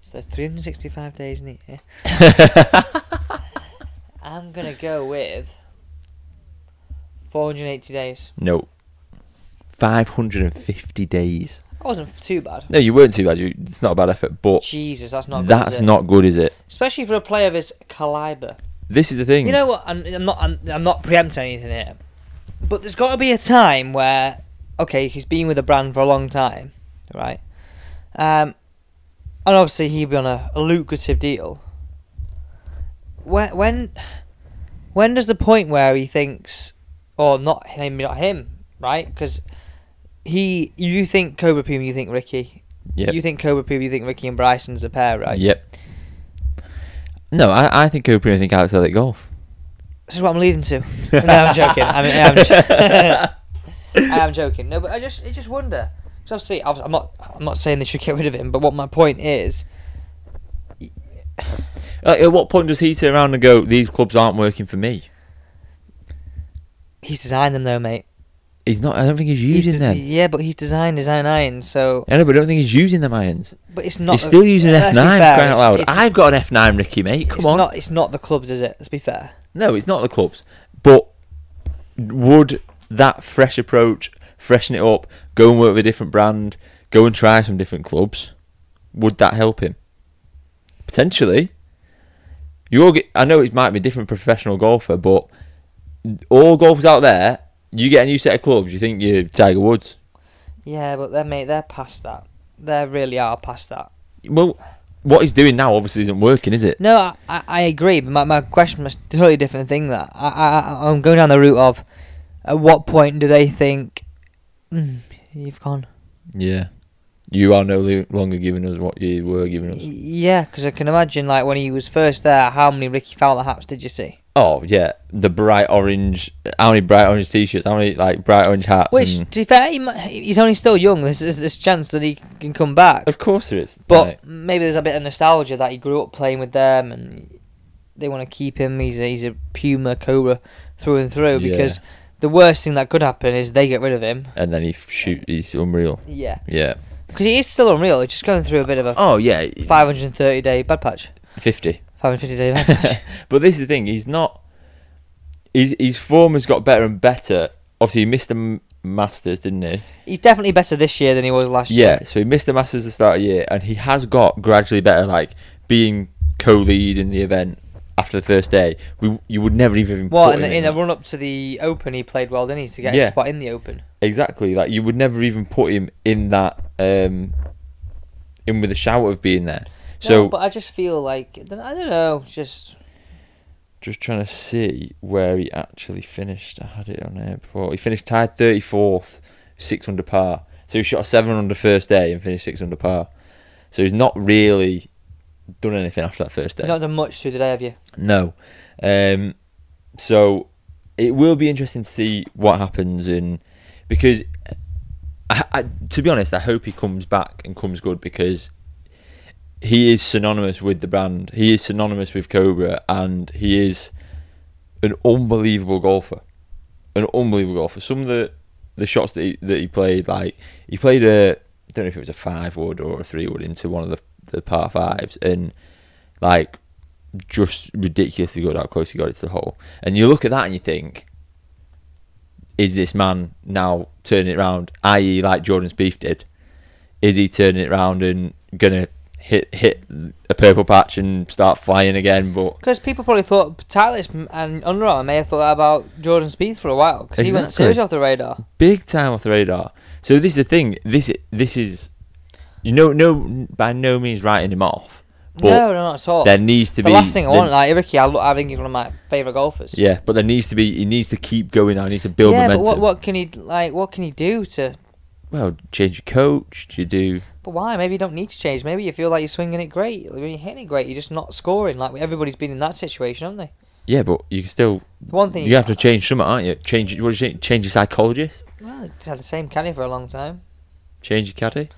[SPEAKER 1] It's the 365 days in it. I'm gonna go with 480 days.
[SPEAKER 2] no. 550 days.
[SPEAKER 1] That wasn't too bad.
[SPEAKER 2] No, you weren't too bad. You, it's not a bad effort, but
[SPEAKER 1] Jesus, that's not. Good,
[SPEAKER 2] that's
[SPEAKER 1] is it?
[SPEAKER 2] not good, is it?
[SPEAKER 1] Especially for a player of his caliber.
[SPEAKER 2] This is the thing.
[SPEAKER 1] You know what? I'm, I'm not. I'm, I'm not preempting anything here, but there's got to be a time where, okay, he's been with a brand for a long time, right? Um, and obviously he'd be on a, a lucrative deal. When when when does the point where he thinks, or not him, not him, right? Because he, you think Cobra Puma, you think Ricky,
[SPEAKER 2] Yep.
[SPEAKER 1] you think Cobra Puma, you think Ricky and Bryson's a pair, right?
[SPEAKER 2] Yep. No, I, I think Cooper and I think Alex Elliott golf.
[SPEAKER 1] This is what I'm leading to. no, I'm joking. I mean, I'm, jo- I am joking. No, but I just, I just wonder. Because obviously, obvi- I'm not, I'm not saying they should get rid of him. But what my point is,
[SPEAKER 2] Like, at what point does he turn around and go, "These clubs aren't working for me"?
[SPEAKER 1] he's designed them though, mate.
[SPEAKER 2] He's not. I don't think he's
[SPEAKER 1] He's
[SPEAKER 2] using
[SPEAKER 1] de-
[SPEAKER 2] them.
[SPEAKER 1] Yeah, but he's designed his own iron. So,
[SPEAKER 2] I know, but I don't think he's using them irons.
[SPEAKER 1] but it's not.
[SPEAKER 2] he's still using
[SPEAKER 1] let's
[SPEAKER 2] F9.
[SPEAKER 1] be
[SPEAKER 2] Crying
[SPEAKER 1] fair,
[SPEAKER 2] out
[SPEAKER 1] it's-
[SPEAKER 2] loud!
[SPEAKER 1] it's-
[SPEAKER 2] I've got an F9, Ricky, mate. Come
[SPEAKER 1] it's
[SPEAKER 2] on.
[SPEAKER 1] Not, it's not the clubs, is it? Let's be fair.
[SPEAKER 2] No, it's not the clubs. But would that fresh approach, freshen it up, go and work with a different brand, go and try some different clubs, would that help him? Potentially. You're, ge- I know it might be a different professional golfer, but all golfers out there, you get a new set of clubs, you think you're Tiger Woods.
[SPEAKER 1] Yeah, but they're mate, they're past that. They really are past that.
[SPEAKER 2] Well, what he's doing now obviously isn't working, is it?
[SPEAKER 1] No, I, I, I agree, but my, my question was a totally different thing. That I, I I- I'm going down the route of, at what point do they think, mm, you've gone?
[SPEAKER 2] Yeah. You are no lo- longer giving us what you were giving us.
[SPEAKER 1] Yeah, because I can imagine like when he was first there, how many Ricky Fowler hats did you see?
[SPEAKER 2] Oh yeah, the bright orange. How many bright orange t-shirts? How many like bright orange hats?
[SPEAKER 1] Which,
[SPEAKER 2] and-
[SPEAKER 1] to be fair, he might, he's only still young. There's, there's this chance that he can come back,
[SPEAKER 2] of course there is.
[SPEAKER 1] but
[SPEAKER 2] Right.
[SPEAKER 1] maybe there's a bit of nostalgia that he grew up playing with them, and they want to keep him. He's a, he's a Puma Cobra through and through
[SPEAKER 2] Yeah.
[SPEAKER 1] because the worst thing that could happen is they get rid of him.
[SPEAKER 2] and then he f- shoot. He's unreal.
[SPEAKER 1] Yeah.
[SPEAKER 2] Yeah.
[SPEAKER 1] Because he is still unreal. He's just going through a bit of a
[SPEAKER 2] Oh yeah.
[SPEAKER 1] 530 day bad patch.
[SPEAKER 2] Fifty.
[SPEAKER 1] 550 day bad patch.
[SPEAKER 2] but this is the thing. He's not. His his form has got better and better. Obviously, he missed the M- Masters, didn't he?
[SPEAKER 1] He's definitely better this year than he was last year.
[SPEAKER 2] Yeah. So he missed the Masters at the start of the year, and he has got gradually better. Like being co-lead in the event after the first day, we you would never even.
[SPEAKER 1] Well,
[SPEAKER 2] put
[SPEAKER 1] in
[SPEAKER 2] him
[SPEAKER 1] the, in the
[SPEAKER 2] that.
[SPEAKER 1] run up to the Open, he played well, didn't he, to get
[SPEAKER 2] Yeah.
[SPEAKER 1] a spot in the Open?
[SPEAKER 2] Exactly. Like you would never even put him in that um in with a shout of being there. So
[SPEAKER 1] no, but I just feel like, I don't know, it's just.
[SPEAKER 2] just trying to see where he actually finished. I had it on there before. He finished tied thirty fourth, six under par. So he shot a seven under first day and finished six under par. So he's not really done anything after that first day.
[SPEAKER 1] You've not done much through the day, have you?
[SPEAKER 2] No. Um, so it will be interesting to see what happens in because I, I, to be honest, I hope he comes back and comes good because he is synonymous with the brand. He is synonymous with Cobra, and he is an unbelievable golfer. An unbelievable golfer. Some of the the shots that he, that he played, like he played a I don't know if it was a five wood or a three wood into one of the the par fives, and like just ridiculously good how close he got it to the hole. And you look at that and you think, is this man now turning it round? I.e., like Jordan Spieth did, is he turning it round and gonna hit hit a purple patch and start flying again? But
[SPEAKER 1] Because people probably thought Titleist and Under Armour may have thought that about Jordan Spieth for a while because he went
[SPEAKER 2] Exactly.
[SPEAKER 1] seriously off the radar.
[SPEAKER 2] big time off the radar. So this is the thing. This this is you know no by no means writing him off,
[SPEAKER 1] no,
[SPEAKER 2] but
[SPEAKER 1] no, not at all.
[SPEAKER 2] there needs to
[SPEAKER 1] the
[SPEAKER 2] be
[SPEAKER 1] last thing I
[SPEAKER 2] there-
[SPEAKER 1] want, like Ricky, I, lo- I think he's one of my favourite golfers.
[SPEAKER 2] Yeah, but there needs to be. He needs to keep going. Now he needs to build
[SPEAKER 1] yeah,
[SPEAKER 2] momentum.
[SPEAKER 1] but what, what can he like? What can he do to?
[SPEAKER 2] Well, change your coach. Do you do?
[SPEAKER 1] But why? Maybe you don't need to change. Maybe you feel like you're swinging it great. When you're hitting it great, you're just not scoring. Like everybody's been in that situation, haven't they?
[SPEAKER 2] Yeah, but you can still.
[SPEAKER 1] The one thing
[SPEAKER 2] you have to change something, aren't you? Change. What do you change? Change your psychologist.
[SPEAKER 1] Well, it's had the same caddy for a long time.
[SPEAKER 2] Change your caddy.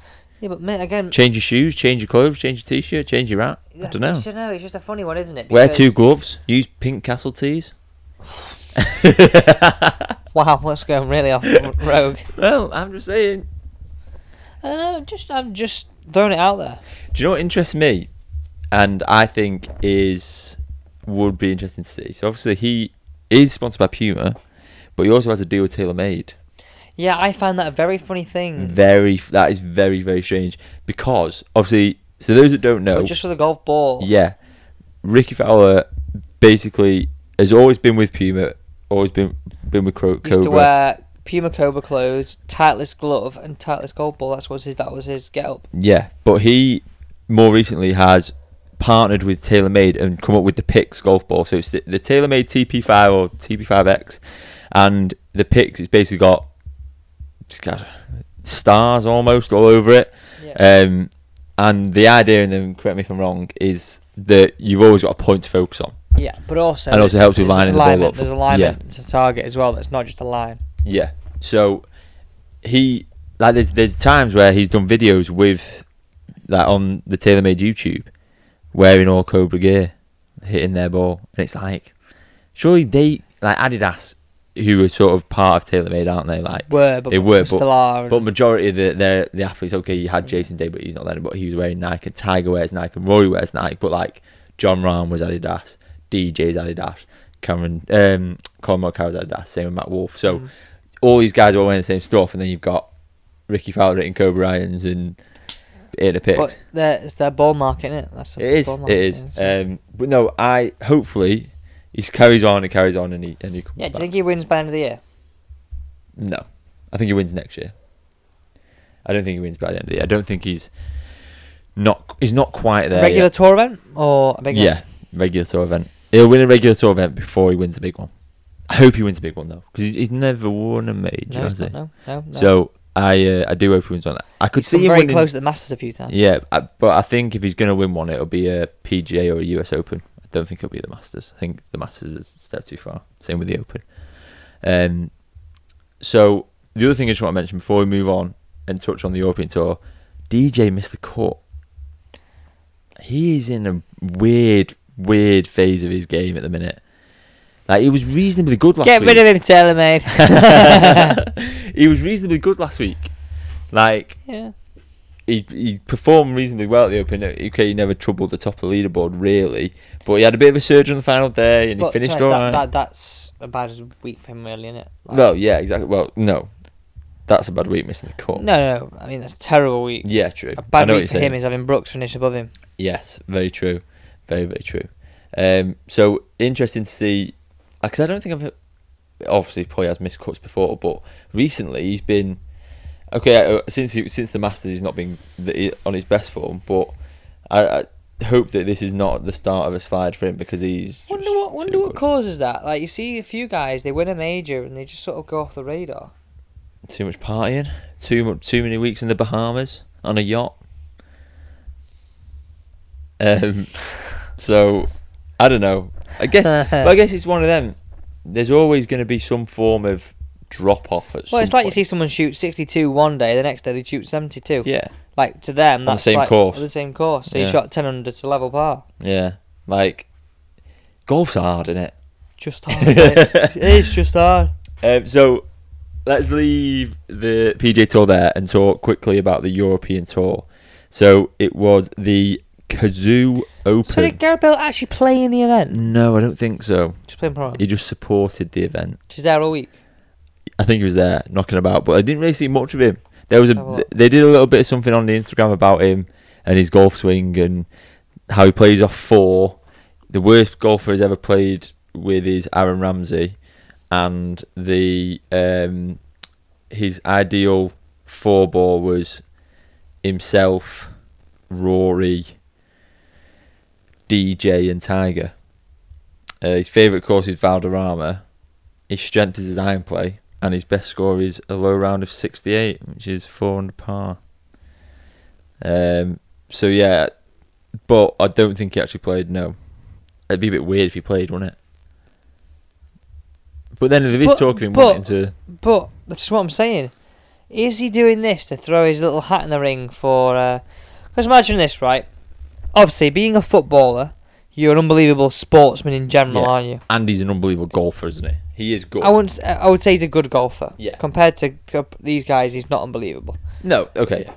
[SPEAKER 1] Yeah, but mate, again,
[SPEAKER 2] Change your shoes. Change your clothes. Change your t-shirt. Change your hat. I don't know.
[SPEAKER 1] It's, no, it's just a funny one, isn't it?
[SPEAKER 2] Wear two
[SPEAKER 1] Because-
[SPEAKER 2] gloves. Use pink castle tees.
[SPEAKER 1] Wow, what's going really off the r- rogue?
[SPEAKER 2] Well, I'm just saying.
[SPEAKER 1] I don't know. Just I'm just throwing it out there.
[SPEAKER 2] Do you know what interests me? And I think is would be interesting to see. So obviously he is sponsored by Puma, but he also has a deal with TaylorMade.
[SPEAKER 1] Yeah, I find that a very funny thing.
[SPEAKER 2] Very that is very very strange because obviously so those that don't know
[SPEAKER 1] But just for the golf ball.
[SPEAKER 2] oh. Yeah. Ricky Fowler basically has always been with Puma, always been been with Cro-
[SPEAKER 1] Used to
[SPEAKER 2] Cobra.
[SPEAKER 1] wear Puma Cobra clothes, tightless glove, and tightless golf ball. That's was his. That was his get up.
[SPEAKER 2] Yeah, but he more recently has partnered with TaylorMade and come up with the Pix golf ball. So it's the, the TaylorMade TP5 or TP5X, and the Pix it's basically got it's got stars almost all over it. Uh, Um, and the idea, and then correct me if I'm wrong, is that you've always got a point to focus on.
[SPEAKER 1] Yeah, but also
[SPEAKER 2] And also helps with
[SPEAKER 1] there's
[SPEAKER 2] lining the ball
[SPEAKER 1] alignment,
[SPEAKER 2] up.
[SPEAKER 1] There's
[SPEAKER 2] Yeah.
[SPEAKER 1] alignment to target as well. That's not just a line.
[SPEAKER 2] Yeah. So he like there's there's times where he's done videos with like on the TaylorMade YouTube wearing all Cobra gear, hitting their ball, and it's like surely they like Adidas, who are sort of part of TaylorMade, aren't they? Like
[SPEAKER 1] Were but
[SPEAKER 2] They were, but-
[SPEAKER 1] still are. and-
[SPEAKER 2] but majority of the their, the athletes, okay, you had Jason Day, but he's not there. But he was wearing Nike, and Tiger wears Nike, and Rory wears Nike. But like John Rahm was Adidas, DJ's Adidas, Cameron, um, Colin Morikawa's Adidas, same with Matt Wolf. So
[SPEAKER 1] Mm.
[SPEAKER 2] all these guys were wearing the same stuff, and then you've got Ricky Fowler and Kobe Ryans and it a picks.
[SPEAKER 1] But their- it's their ball market, isn't it? That's
[SPEAKER 2] It is.
[SPEAKER 1] Ball
[SPEAKER 2] It
[SPEAKER 1] market,
[SPEAKER 2] is.
[SPEAKER 1] so-
[SPEAKER 2] Um, but no, I hopefully he carries on and carries on, and he and he comes
[SPEAKER 1] yeah, do
[SPEAKER 2] back.
[SPEAKER 1] you think he wins by the end of the year?
[SPEAKER 2] No, I think he wins next year. I don't think he wins by the end of the year. I don't think he's not. He's not quite there.
[SPEAKER 1] regular
[SPEAKER 2] yet.
[SPEAKER 1] tour event or a big one?
[SPEAKER 2] yeah, regular tour event. He'll win a regular tour event before he wins the big one. I hope he wins the big one though, because he's, he's never won a major.
[SPEAKER 1] No,
[SPEAKER 2] has
[SPEAKER 1] it's
[SPEAKER 2] he?
[SPEAKER 1] not, no, no, no.
[SPEAKER 2] So I uh, I do hope he wins one. I could
[SPEAKER 1] He's
[SPEAKER 2] see
[SPEAKER 1] come
[SPEAKER 2] him
[SPEAKER 1] very
[SPEAKER 2] winning.
[SPEAKER 1] close at the Masters a few times.
[SPEAKER 2] Yeah, I, but I think if he's going to win one, it'll be a PGA or a US Open. I don't think it'll be the Masters. I think the Masters is a step too far. Same with the Open. Um, so the other thing I just want to mention before we move on and touch on the European Tour, DJ missed the cut. He is in a weird, weird phase of his game at the minute. Like he was reasonably good last
[SPEAKER 1] Get
[SPEAKER 2] week
[SPEAKER 1] rid of him, TaylorMade.
[SPEAKER 2] he was reasonably good last week. Like
[SPEAKER 1] yeah.
[SPEAKER 2] he he performed reasonably well at the Open. Okay, he never troubled the top of the leaderboard really, but he had a bit of a surge on the final day and he
[SPEAKER 1] But to be
[SPEAKER 2] finished
[SPEAKER 1] honest, that,
[SPEAKER 2] all right.
[SPEAKER 1] that, that's a bad week for him, really, isn't it? Like-
[SPEAKER 2] well, yeah, exactly. Well, no, that's a bad week missing the cut.
[SPEAKER 1] No, no, I mean that's a terrible week.
[SPEAKER 2] Yeah, true.
[SPEAKER 1] A
[SPEAKER 2] I
[SPEAKER 1] bad
[SPEAKER 2] know what
[SPEAKER 1] week
[SPEAKER 2] you're
[SPEAKER 1] for him
[SPEAKER 2] saying.
[SPEAKER 1] is having Brooks finish above him.
[SPEAKER 2] Yes, very true, very very true. Um, so interesting to see, because I don't think I've obviously Poy has missed cuts before, but recently he's been okay uh, since he, since the Masters he's not been the, on his best form, but I, I hope that this is not the start of a slide for him because he's.
[SPEAKER 1] Wonder
[SPEAKER 2] just
[SPEAKER 1] what
[SPEAKER 2] too
[SPEAKER 1] wonder what
[SPEAKER 2] good.
[SPEAKER 1] causes that. Like you see a few guys, they win a major and they just sort of go off the radar.
[SPEAKER 2] Too much partying, too much, too many weeks in the Bahamas on a yacht. Um, so I don't know. I guess, well, I guess it's one of them. There's always going to be some form of drop off at some
[SPEAKER 1] Well, it's like you see
[SPEAKER 2] point.
[SPEAKER 1] someone shoot 62 one day, the next day they shoot 72.
[SPEAKER 2] Yeah,
[SPEAKER 1] Like to them,
[SPEAKER 2] the
[SPEAKER 1] that's
[SPEAKER 2] same
[SPEAKER 1] like,
[SPEAKER 2] course.
[SPEAKER 1] on the same course. So
[SPEAKER 2] Yeah.
[SPEAKER 1] you shot 10 under to level par.
[SPEAKER 2] yeah. Like golf's hard, isn't it?
[SPEAKER 1] Just hard. mate. it is just hard.
[SPEAKER 2] Um, so let's leave the PJ Tour there and talk quickly about the European Tour. So it was the Kazoo Open.
[SPEAKER 1] So did Gareth Bale actually play in the event?
[SPEAKER 2] no, I don't think so.
[SPEAKER 1] Just playing pro.
[SPEAKER 2] He just supported the event.
[SPEAKER 1] She's there all week.
[SPEAKER 2] I think he was there knocking about, but I didn't really see much of him. There was a
[SPEAKER 1] Oh, well.
[SPEAKER 2] they did a little bit of something on the Instagram about him and his golf swing and how he plays off four. The worst golfer he's ever played with is Aaron Ramsey, and the um, his ideal four ball was himself, Rory, DJ, and Tiger. Uh, his favourite course is Valderrama. His strength is his iron play, and his best score is a low round of 68, which is four under par. Um, so yeah, but I don't think he actually played. No, it'd be a bit weird if he played, wouldn't it? But then there is
[SPEAKER 1] But-
[SPEAKER 2] talk of him
[SPEAKER 1] but-
[SPEAKER 2] wanting to.
[SPEAKER 1] But that's what I'm saying. Is he doing this to throw his little hat in the ring for? Because imagine this, right? Obviously, being a footballer, you're an unbelievable sportsman in general,
[SPEAKER 2] Yeah.
[SPEAKER 1] aren't you?
[SPEAKER 2] And he's an unbelievable golfer, isn't he? He is good.
[SPEAKER 1] I wouldn't. s- I would say he's a good golfer.
[SPEAKER 2] Yeah.
[SPEAKER 1] Compared to c- these guys, he's not unbelievable.
[SPEAKER 2] No, okay.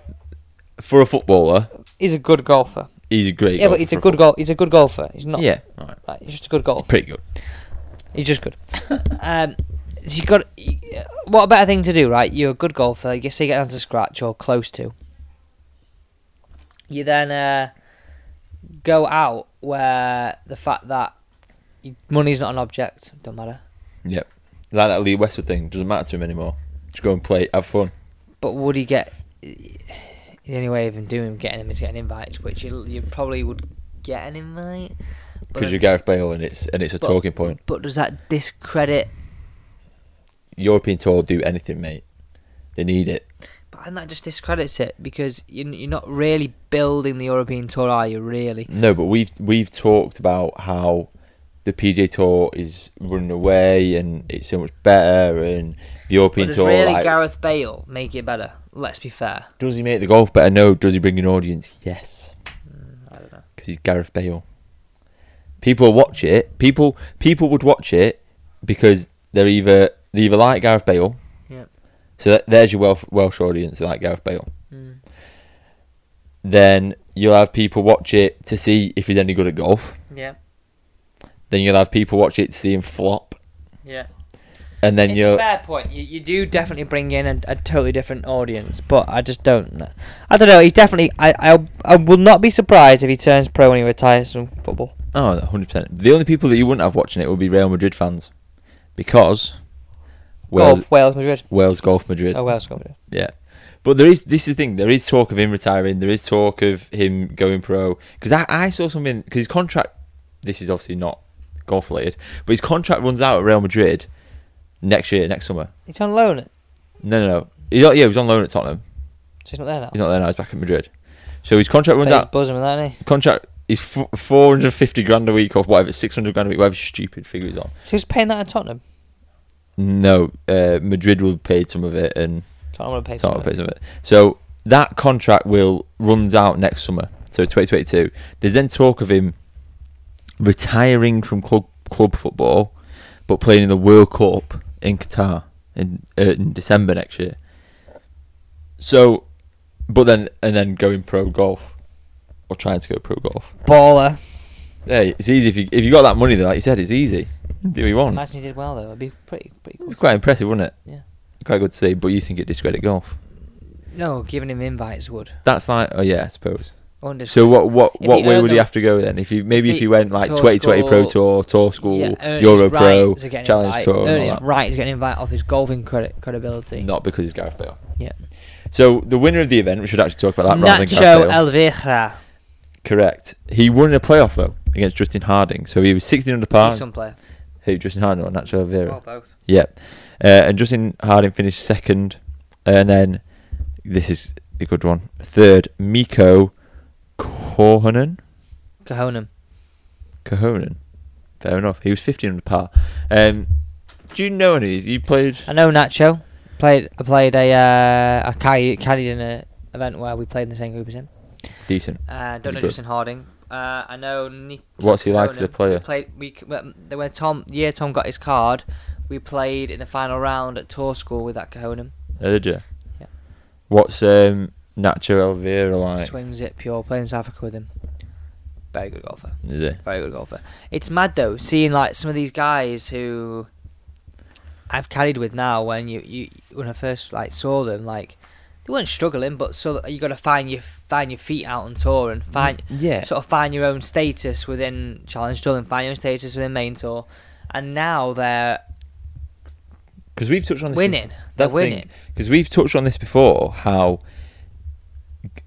[SPEAKER 2] For a footballer,
[SPEAKER 1] He's a good golfer.
[SPEAKER 2] he's a great.
[SPEAKER 1] yeah,
[SPEAKER 2] golfer
[SPEAKER 1] but he's a
[SPEAKER 2] for
[SPEAKER 1] good golf. He's a good golfer. He's not.
[SPEAKER 2] Yeah, all right.
[SPEAKER 1] Like, he's just a good golfer.
[SPEAKER 2] pretty good.
[SPEAKER 1] He's just good. um, so you got y- what a better thing to do, right? You're a good golfer. You say you get down to scratch or close to. You then uh, go out where the fact that you- money's not an object don't matter.
[SPEAKER 2] Yep. Like that Lee Westwood thing doesn't matter to him anymore. Just go and play, have fun.
[SPEAKER 1] But would he get the only way of him doing getting him is getting invites, which you you probably would get an invite. but
[SPEAKER 2] Because
[SPEAKER 1] then-
[SPEAKER 2] you're Gareth Bale and it's and it's a
[SPEAKER 1] But-
[SPEAKER 2] talking point.
[SPEAKER 1] But does that discredit?
[SPEAKER 2] European tour will do anything, mate. They need it.
[SPEAKER 1] But and that just discredits it because you you're not really building the European tour, are you? Really?
[SPEAKER 2] No, but we've we've talked about how the PJ Tour is running away and it's so much better, and the European
[SPEAKER 1] does
[SPEAKER 2] Tour
[SPEAKER 1] really
[SPEAKER 2] like
[SPEAKER 1] Gareth Bale make it better? Let's be fair.
[SPEAKER 2] does he make the golf better? No. Does he bring an audience? Yes,
[SPEAKER 1] I don't know.
[SPEAKER 2] because he's Gareth Bale. People watch it. People people would watch it because they're either they either like Gareth Bale.
[SPEAKER 1] Yep.
[SPEAKER 2] So that, there's your Welsh, Welsh audience that like Gareth Bale.
[SPEAKER 1] Mm.
[SPEAKER 2] Then you'll have people watch it to see if he's any good at golf.
[SPEAKER 1] Yeah,
[SPEAKER 2] Then you'll have people watch it to see him flop.
[SPEAKER 1] yeah.
[SPEAKER 2] And then
[SPEAKER 1] it's
[SPEAKER 2] you'll
[SPEAKER 1] a fair point. You, you do definitely bring in a, a totally different audience, but I just don't. kn- I don't know. He definitely. I I I will not be surprised if he turns pro when he retires from football.
[SPEAKER 2] Oh, 100%. The only people that you wouldn't have watching it would be Real Madrid fans because Wales,
[SPEAKER 1] Golf, Wales, Madrid.
[SPEAKER 2] Wales Golf Madrid.
[SPEAKER 1] Oh, Wales, Madrid.
[SPEAKER 2] Yeah. But there is this is the thing. There is talk of him retiring. There is talk of him going pro. Because I, I saw something. Because his contract. This is obviously not golf related, but his contract runs out at Real Madrid next year, next summer.
[SPEAKER 1] He's on loan. So
[SPEAKER 2] No, no, no. He's, not- yeah, he was on loan at Tottenham.
[SPEAKER 1] he's not there now.
[SPEAKER 2] He's not there now. He's back at Madrid. So his contract
[SPEAKER 1] But
[SPEAKER 2] runs
[SPEAKER 1] he's
[SPEAKER 2] out.
[SPEAKER 1] buzzing with that, isn't
[SPEAKER 2] Contract is f- four hundred fifty grand a week or whatever, six hundred grand a week, whatever stupid figure he's on.
[SPEAKER 1] he? So who's paying that at Tottenham?
[SPEAKER 2] No, uh, Madrid will pay some of it, and
[SPEAKER 1] Tottenham will pay.
[SPEAKER 2] Tottenham
[SPEAKER 1] for it.
[SPEAKER 2] will pay some of it. So that contract will runs out next summer, so 2022. There's then talk of him retiring from club club football, but playing in the World Cup in Qatar in uh, in December next year. So, but then and then going pro golf or trying to go pro golf.
[SPEAKER 1] Baller.
[SPEAKER 2] Hey, it's easy if you if you got that money. though, Like you said, it's easy. Do what you want.
[SPEAKER 1] Imagine he did well though. It'd be pretty pretty
[SPEAKER 2] It
[SPEAKER 1] cool.
[SPEAKER 2] was quite impressive, wasn't it?
[SPEAKER 1] Yeah.
[SPEAKER 2] Quite good to see, but you think it discredit golf?
[SPEAKER 1] No, giving him invites would.
[SPEAKER 2] That's like, oh yeah, I suppose.
[SPEAKER 1] Unders-
[SPEAKER 2] So what what
[SPEAKER 1] If
[SPEAKER 2] what
[SPEAKER 1] he
[SPEAKER 2] way
[SPEAKER 1] earned
[SPEAKER 2] would he
[SPEAKER 1] them-
[SPEAKER 2] have to go then? If you maybe
[SPEAKER 1] if
[SPEAKER 2] if,
[SPEAKER 1] he-
[SPEAKER 2] you went like
[SPEAKER 1] tour
[SPEAKER 2] twenty twenty pro
[SPEAKER 1] school-
[SPEAKER 2] tour, tour school,
[SPEAKER 1] Yeah, earn
[SPEAKER 2] Euro
[SPEAKER 1] his
[SPEAKER 2] pro,
[SPEAKER 1] right to get an
[SPEAKER 2] challenge
[SPEAKER 1] invite.
[SPEAKER 2] tour,
[SPEAKER 1] Earn
[SPEAKER 2] and all
[SPEAKER 1] his
[SPEAKER 2] that.
[SPEAKER 1] right to get an invite off his golfing credit credibility.
[SPEAKER 2] not because he's Gareth Bale.
[SPEAKER 1] Yeah.
[SPEAKER 2] So the winner of the event, we should actually talk about that rather than
[SPEAKER 1] Nacho
[SPEAKER 2] Gareth Bale.
[SPEAKER 1] Elvira.
[SPEAKER 2] Correct. He won in a playoff though against Justin Harding, so he was sixteen under par.
[SPEAKER 1] He's some player.
[SPEAKER 2] Who Justin Harding or Nacho Oliveira?
[SPEAKER 1] both.
[SPEAKER 2] Yeah. Uh, and Justin Harding finished second. And then, this is a good one. Third, Miko Kohonen.
[SPEAKER 1] Cahonan.
[SPEAKER 2] Kohonen. Fair enough. He was 15 under par. Um, do you know any of these? You played.
[SPEAKER 1] I know Nacho. Played. I played a. Uh, I carried, carried in a event where we played in the same group as him.
[SPEAKER 2] Decent.
[SPEAKER 1] Uh, don't
[SPEAKER 2] He's
[SPEAKER 1] know
[SPEAKER 2] good.
[SPEAKER 1] Justin Harding. Uh, I know. Nick
[SPEAKER 2] What's he like as a
[SPEAKER 1] Cahonan.
[SPEAKER 2] player?
[SPEAKER 1] We played. We c- well, they were Tom. Yeah, Tom got his card. We played in the final round at tour school with that Cahonan.
[SPEAKER 2] Uh, did you?
[SPEAKER 1] Yeah.
[SPEAKER 2] What's um, Nacho Elvira like?
[SPEAKER 1] Swings it pure. Playing South Africa with him. Very good golfer.
[SPEAKER 2] Is he?
[SPEAKER 1] Very good golfer. It's mad though, seeing like some of these guys who I've carried with now. When you, you when I first like saw them, like they weren't struggling, but so that you got to find your find your feet out on tour and
[SPEAKER 2] Mm.
[SPEAKER 1] find
[SPEAKER 2] Yeah.
[SPEAKER 1] sort of find your own status within Challenge Tour and find your own status within Main Tour. And now they're
[SPEAKER 2] Because we've touched on this
[SPEAKER 1] winning. They're
[SPEAKER 2] That's
[SPEAKER 1] winning.
[SPEAKER 2] because we've touched on this before how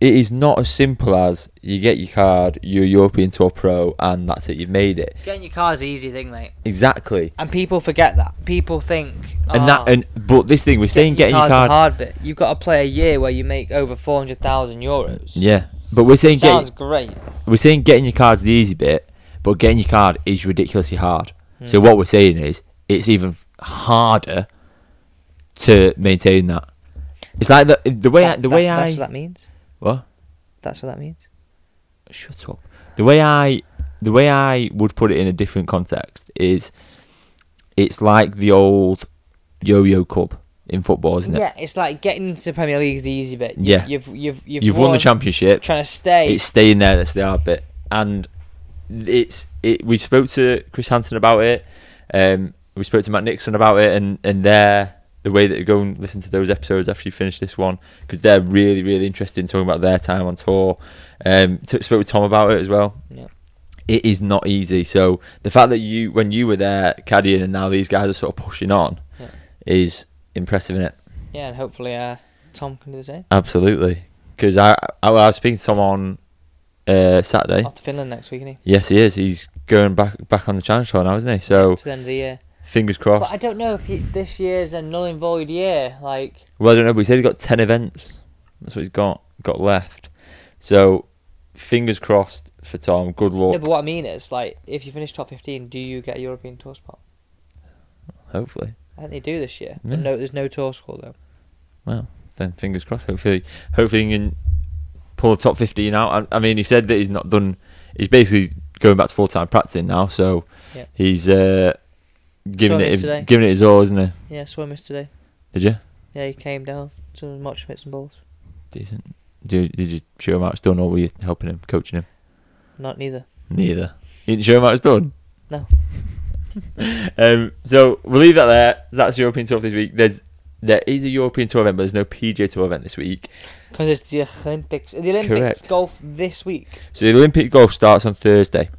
[SPEAKER 2] it is not as simple as you get your card, you're a European Tour pro, and that's it. You've made it
[SPEAKER 1] Getting your car's an easy thing, mate.
[SPEAKER 2] exactly.
[SPEAKER 1] And people forget that. People think
[SPEAKER 2] And
[SPEAKER 1] "Oh,
[SPEAKER 2] that and but this thing we're saying getting your
[SPEAKER 1] card's the
[SPEAKER 2] card,
[SPEAKER 1] hard bit. You've got to play a year where you make over four hundred thousand euros.
[SPEAKER 2] yeah. But we're saying
[SPEAKER 1] Sounds
[SPEAKER 2] get,
[SPEAKER 1] great.
[SPEAKER 2] we're saying getting your card's the easy bit, but getting your card is ridiculously hard. So
[SPEAKER 1] Hmm.
[SPEAKER 2] what we're saying is it's even harder to maintain that. It's like the the way I,
[SPEAKER 1] That-
[SPEAKER 2] the
[SPEAKER 1] that-
[SPEAKER 2] way
[SPEAKER 1] that's
[SPEAKER 2] I
[SPEAKER 1] what that means.
[SPEAKER 2] what
[SPEAKER 1] That's what that means.
[SPEAKER 2] shut up. The way I the way I would put it in a different context is it's like the old yo-yo club in football, isn't it?
[SPEAKER 1] Yeah, it's like getting into the Premier League's the easy bit. You-
[SPEAKER 2] Yeah.
[SPEAKER 1] you've you've you've,
[SPEAKER 2] You've, won, the championship.
[SPEAKER 1] Trying to stay.
[SPEAKER 2] it's staying there that's the hard bit. And it's it we spoke to Chris Hansen about it. Um we spoke to Matt Nixon about it and and their the way that go and listen to those episodes after you finish this one because they're really really interested in talking about their time on tour. Um, t- spoke with Tom about it as well.
[SPEAKER 1] Yeah.
[SPEAKER 2] it is not easy. So the fact that you, when you were there caddying, and now these guys are sort of pushing on,
[SPEAKER 1] Yeah.
[SPEAKER 2] is impressive, isn't it?
[SPEAKER 1] Yeah, and hopefully uh, Tom can do the same.
[SPEAKER 2] Absolutely. Because I, I, I was speaking to someone uh, Saturday.
[SPEAKER 1] Off to Finland next week, isn't
[SPEAKER 2] Yes, he is. He's going back back on the challenge tour now, isn't he?
[SPEAKER 1] he?
[SPEAKER 2] So
[SPEAKER 1] To the end of the year.
[SPEAKER 2] fingers
[SPEAKER 1] But I
[SPEAKER 2] crossed.
[SPEAKER 1] don't know if you, this year's a null and void year. Like,
[SPEAKER 2] well, I don't know. But he said he got ten events. That's what he's got got left. So fingers crossed for Tom. Good luck.
[SPEAKER 1] No, but what I mean is, like, if you finish top 15, do you get a European tour spot?
[SPEAKER 2] Hopefully.
[SPEAKER 1] I think they do this year.
[SPEAKER 2] Yeah.
[SPEAKER 1] But no, there's no tour score, though.
[SPEAKER 2] Well, then fingers crossed. Hopefully, hopefully he can pull the top 15 out. I, I mean, he said that he's not done. He's basically going back to full time practicing now, so
[SPEAKER 1] Yeah.
[SPEAKER 2] he's uh, giving
[SPEAKER 1] Saw
[SPEAKER 2] it
[SPEAKER 1] him
[SPEAKER 2] his,
[SPEAKER 1] today.
[SPEAKER 2] giving it his all, isn't he?
[SPEAKER 1] Yeah, I saw him yesterday.
[SPEAKER 2] Did you?
[SPEAKER 1] Yeah, he came down to much mitts and balls.
[SPEAKER 2] Decent. Did, did you show him how it's done, or were you helping him, coaching him?
[SPEAKER 1] Not neither.
[SPEAKER 2] Neither. You didn't show him how it's done.
[SPEAKER 1] No.
[SPEAKER 2] um, so we'll leave that there. That's European tour for this week. There's there is a European tour event, but there's no PJ tour event this week.
[SPEAKER 1] Because it's the Olympics. The Olympics
[SPEAKER 2] Correct.
[SPEAKER 1] golf this week.
[SPEAKER 2] So the Olympic golf starts on Thursday.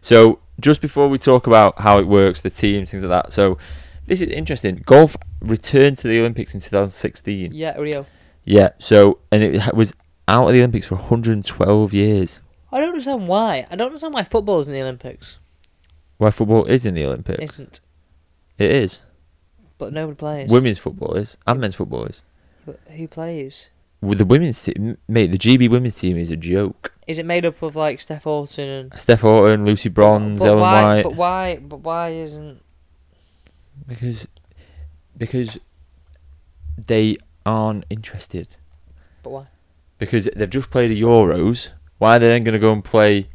[SPEAKER 2] So just before we talk about how it works, the teams, things like that. So this is interesting. Golf returned to the Olympics in 2016.
[SPEAKER 1] Yeah, Rio.
[SPEAKER 2] Yeah. So and it ha- was out of the Olympics for 112 years.
[SPEAKER 1] I don't understand why. I don't understand why football's in the Olympics.
[SPEAKER 2] Why football is in the Olympics?
[SPEAKER 1] Isn't.
[SPEAKER 2] It is.
[SPEAKER 1] But nobody plays.
[SPEAKER 2] Women's football is and men's football is.
[SPEAKER 1] But who plays?
[SPEAKER 2] With the women's team, mate, the GB women's team is a joke.
[SPEAKER 1] Is it made up of like Steph Orton and
[SPEAKER 2] Steph Orton, Lucy Bronze,
[SPEAKER 1] but
[SPEAKER 2] Ellen
[SPEAKER 1] why,
[SPEAKER 2] White.
[SPEAKER 1] But why? But why isn't?
[SPEAKER 2] Because, because they aren't interested.
[SPEAKER 1] But why?
[SPEAKER 2] Because they've just played a Euros. Why are they then going to go and play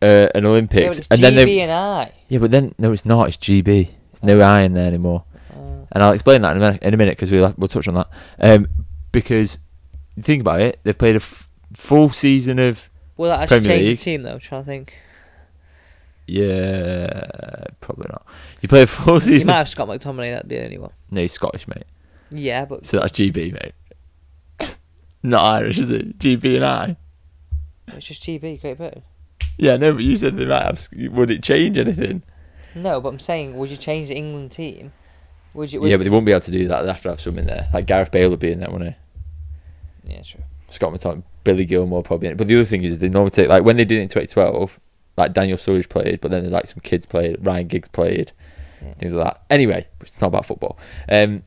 [SPEAKER 2] uh, an
[SPEAKER 1] Yeah,
[SPEAKER 2] Olympics?
[SPEAKER 1] but it's
[SPEAKER 2] and
[SPEAKER 1] GB
[SPEAKER 2] then they,
[SPEAKER 1] and I.
[SPEAKER 2] yeah, but then no, it's not. It's GB. There's no I in there anymore.
[SPEAKER 1] Uh,
[SPEAKER 2] And I'll explain that in a minute, in a minute because we'll we'll touch on that. Um, because think about it, they've played a f- full season of
[SPEAKER 1] will that actually
[SPEAKER 2] Premier
[SPEAKER 1] change
[SPEAKER 2] League.
[SPEAKER 1] the team though? I'm trying to think.
[SPEAKER 2] yeah, probably not. You play a full
[SPEAKER 1] You
[SPEAKER 2] season.
[SPEAKER 1] might have Scott McTominay. That'd be the only one.
[SPEAKER 2] No, he's Scottish, mate.
[SPEAKER 1] Yeah, but
[SPEAKER 2] So that's GB, mate. Not Irish, is it? GB and I.
[SPEAKER 1] it's just GB, Great Britain.
[SPEAKER 2] Yeah, no, but you said they might have. s- Would it change anything?
[SPEAKER 1] No, but I'm saying, would you change the England team? Would you? Would
[SPEAKER 2] Yeah, but they won't be able to do that. They'd have to have some in there. Like Gareth Bale would be in there, wouldn't
[SPEAKER 1] yeah, sure.
[SPEAKER 2] he? Scott McTominay, Billy Gilmore probably. In it. But the other thing is, they normally take like when they did it in 2012, like Daniel Sturridge played, but then there's like some kids played, Ryan Giggs played,
[SPEAKER 1] Yeah.
[SPEAKER 2] things like that. Anyway, it's not about football. Um,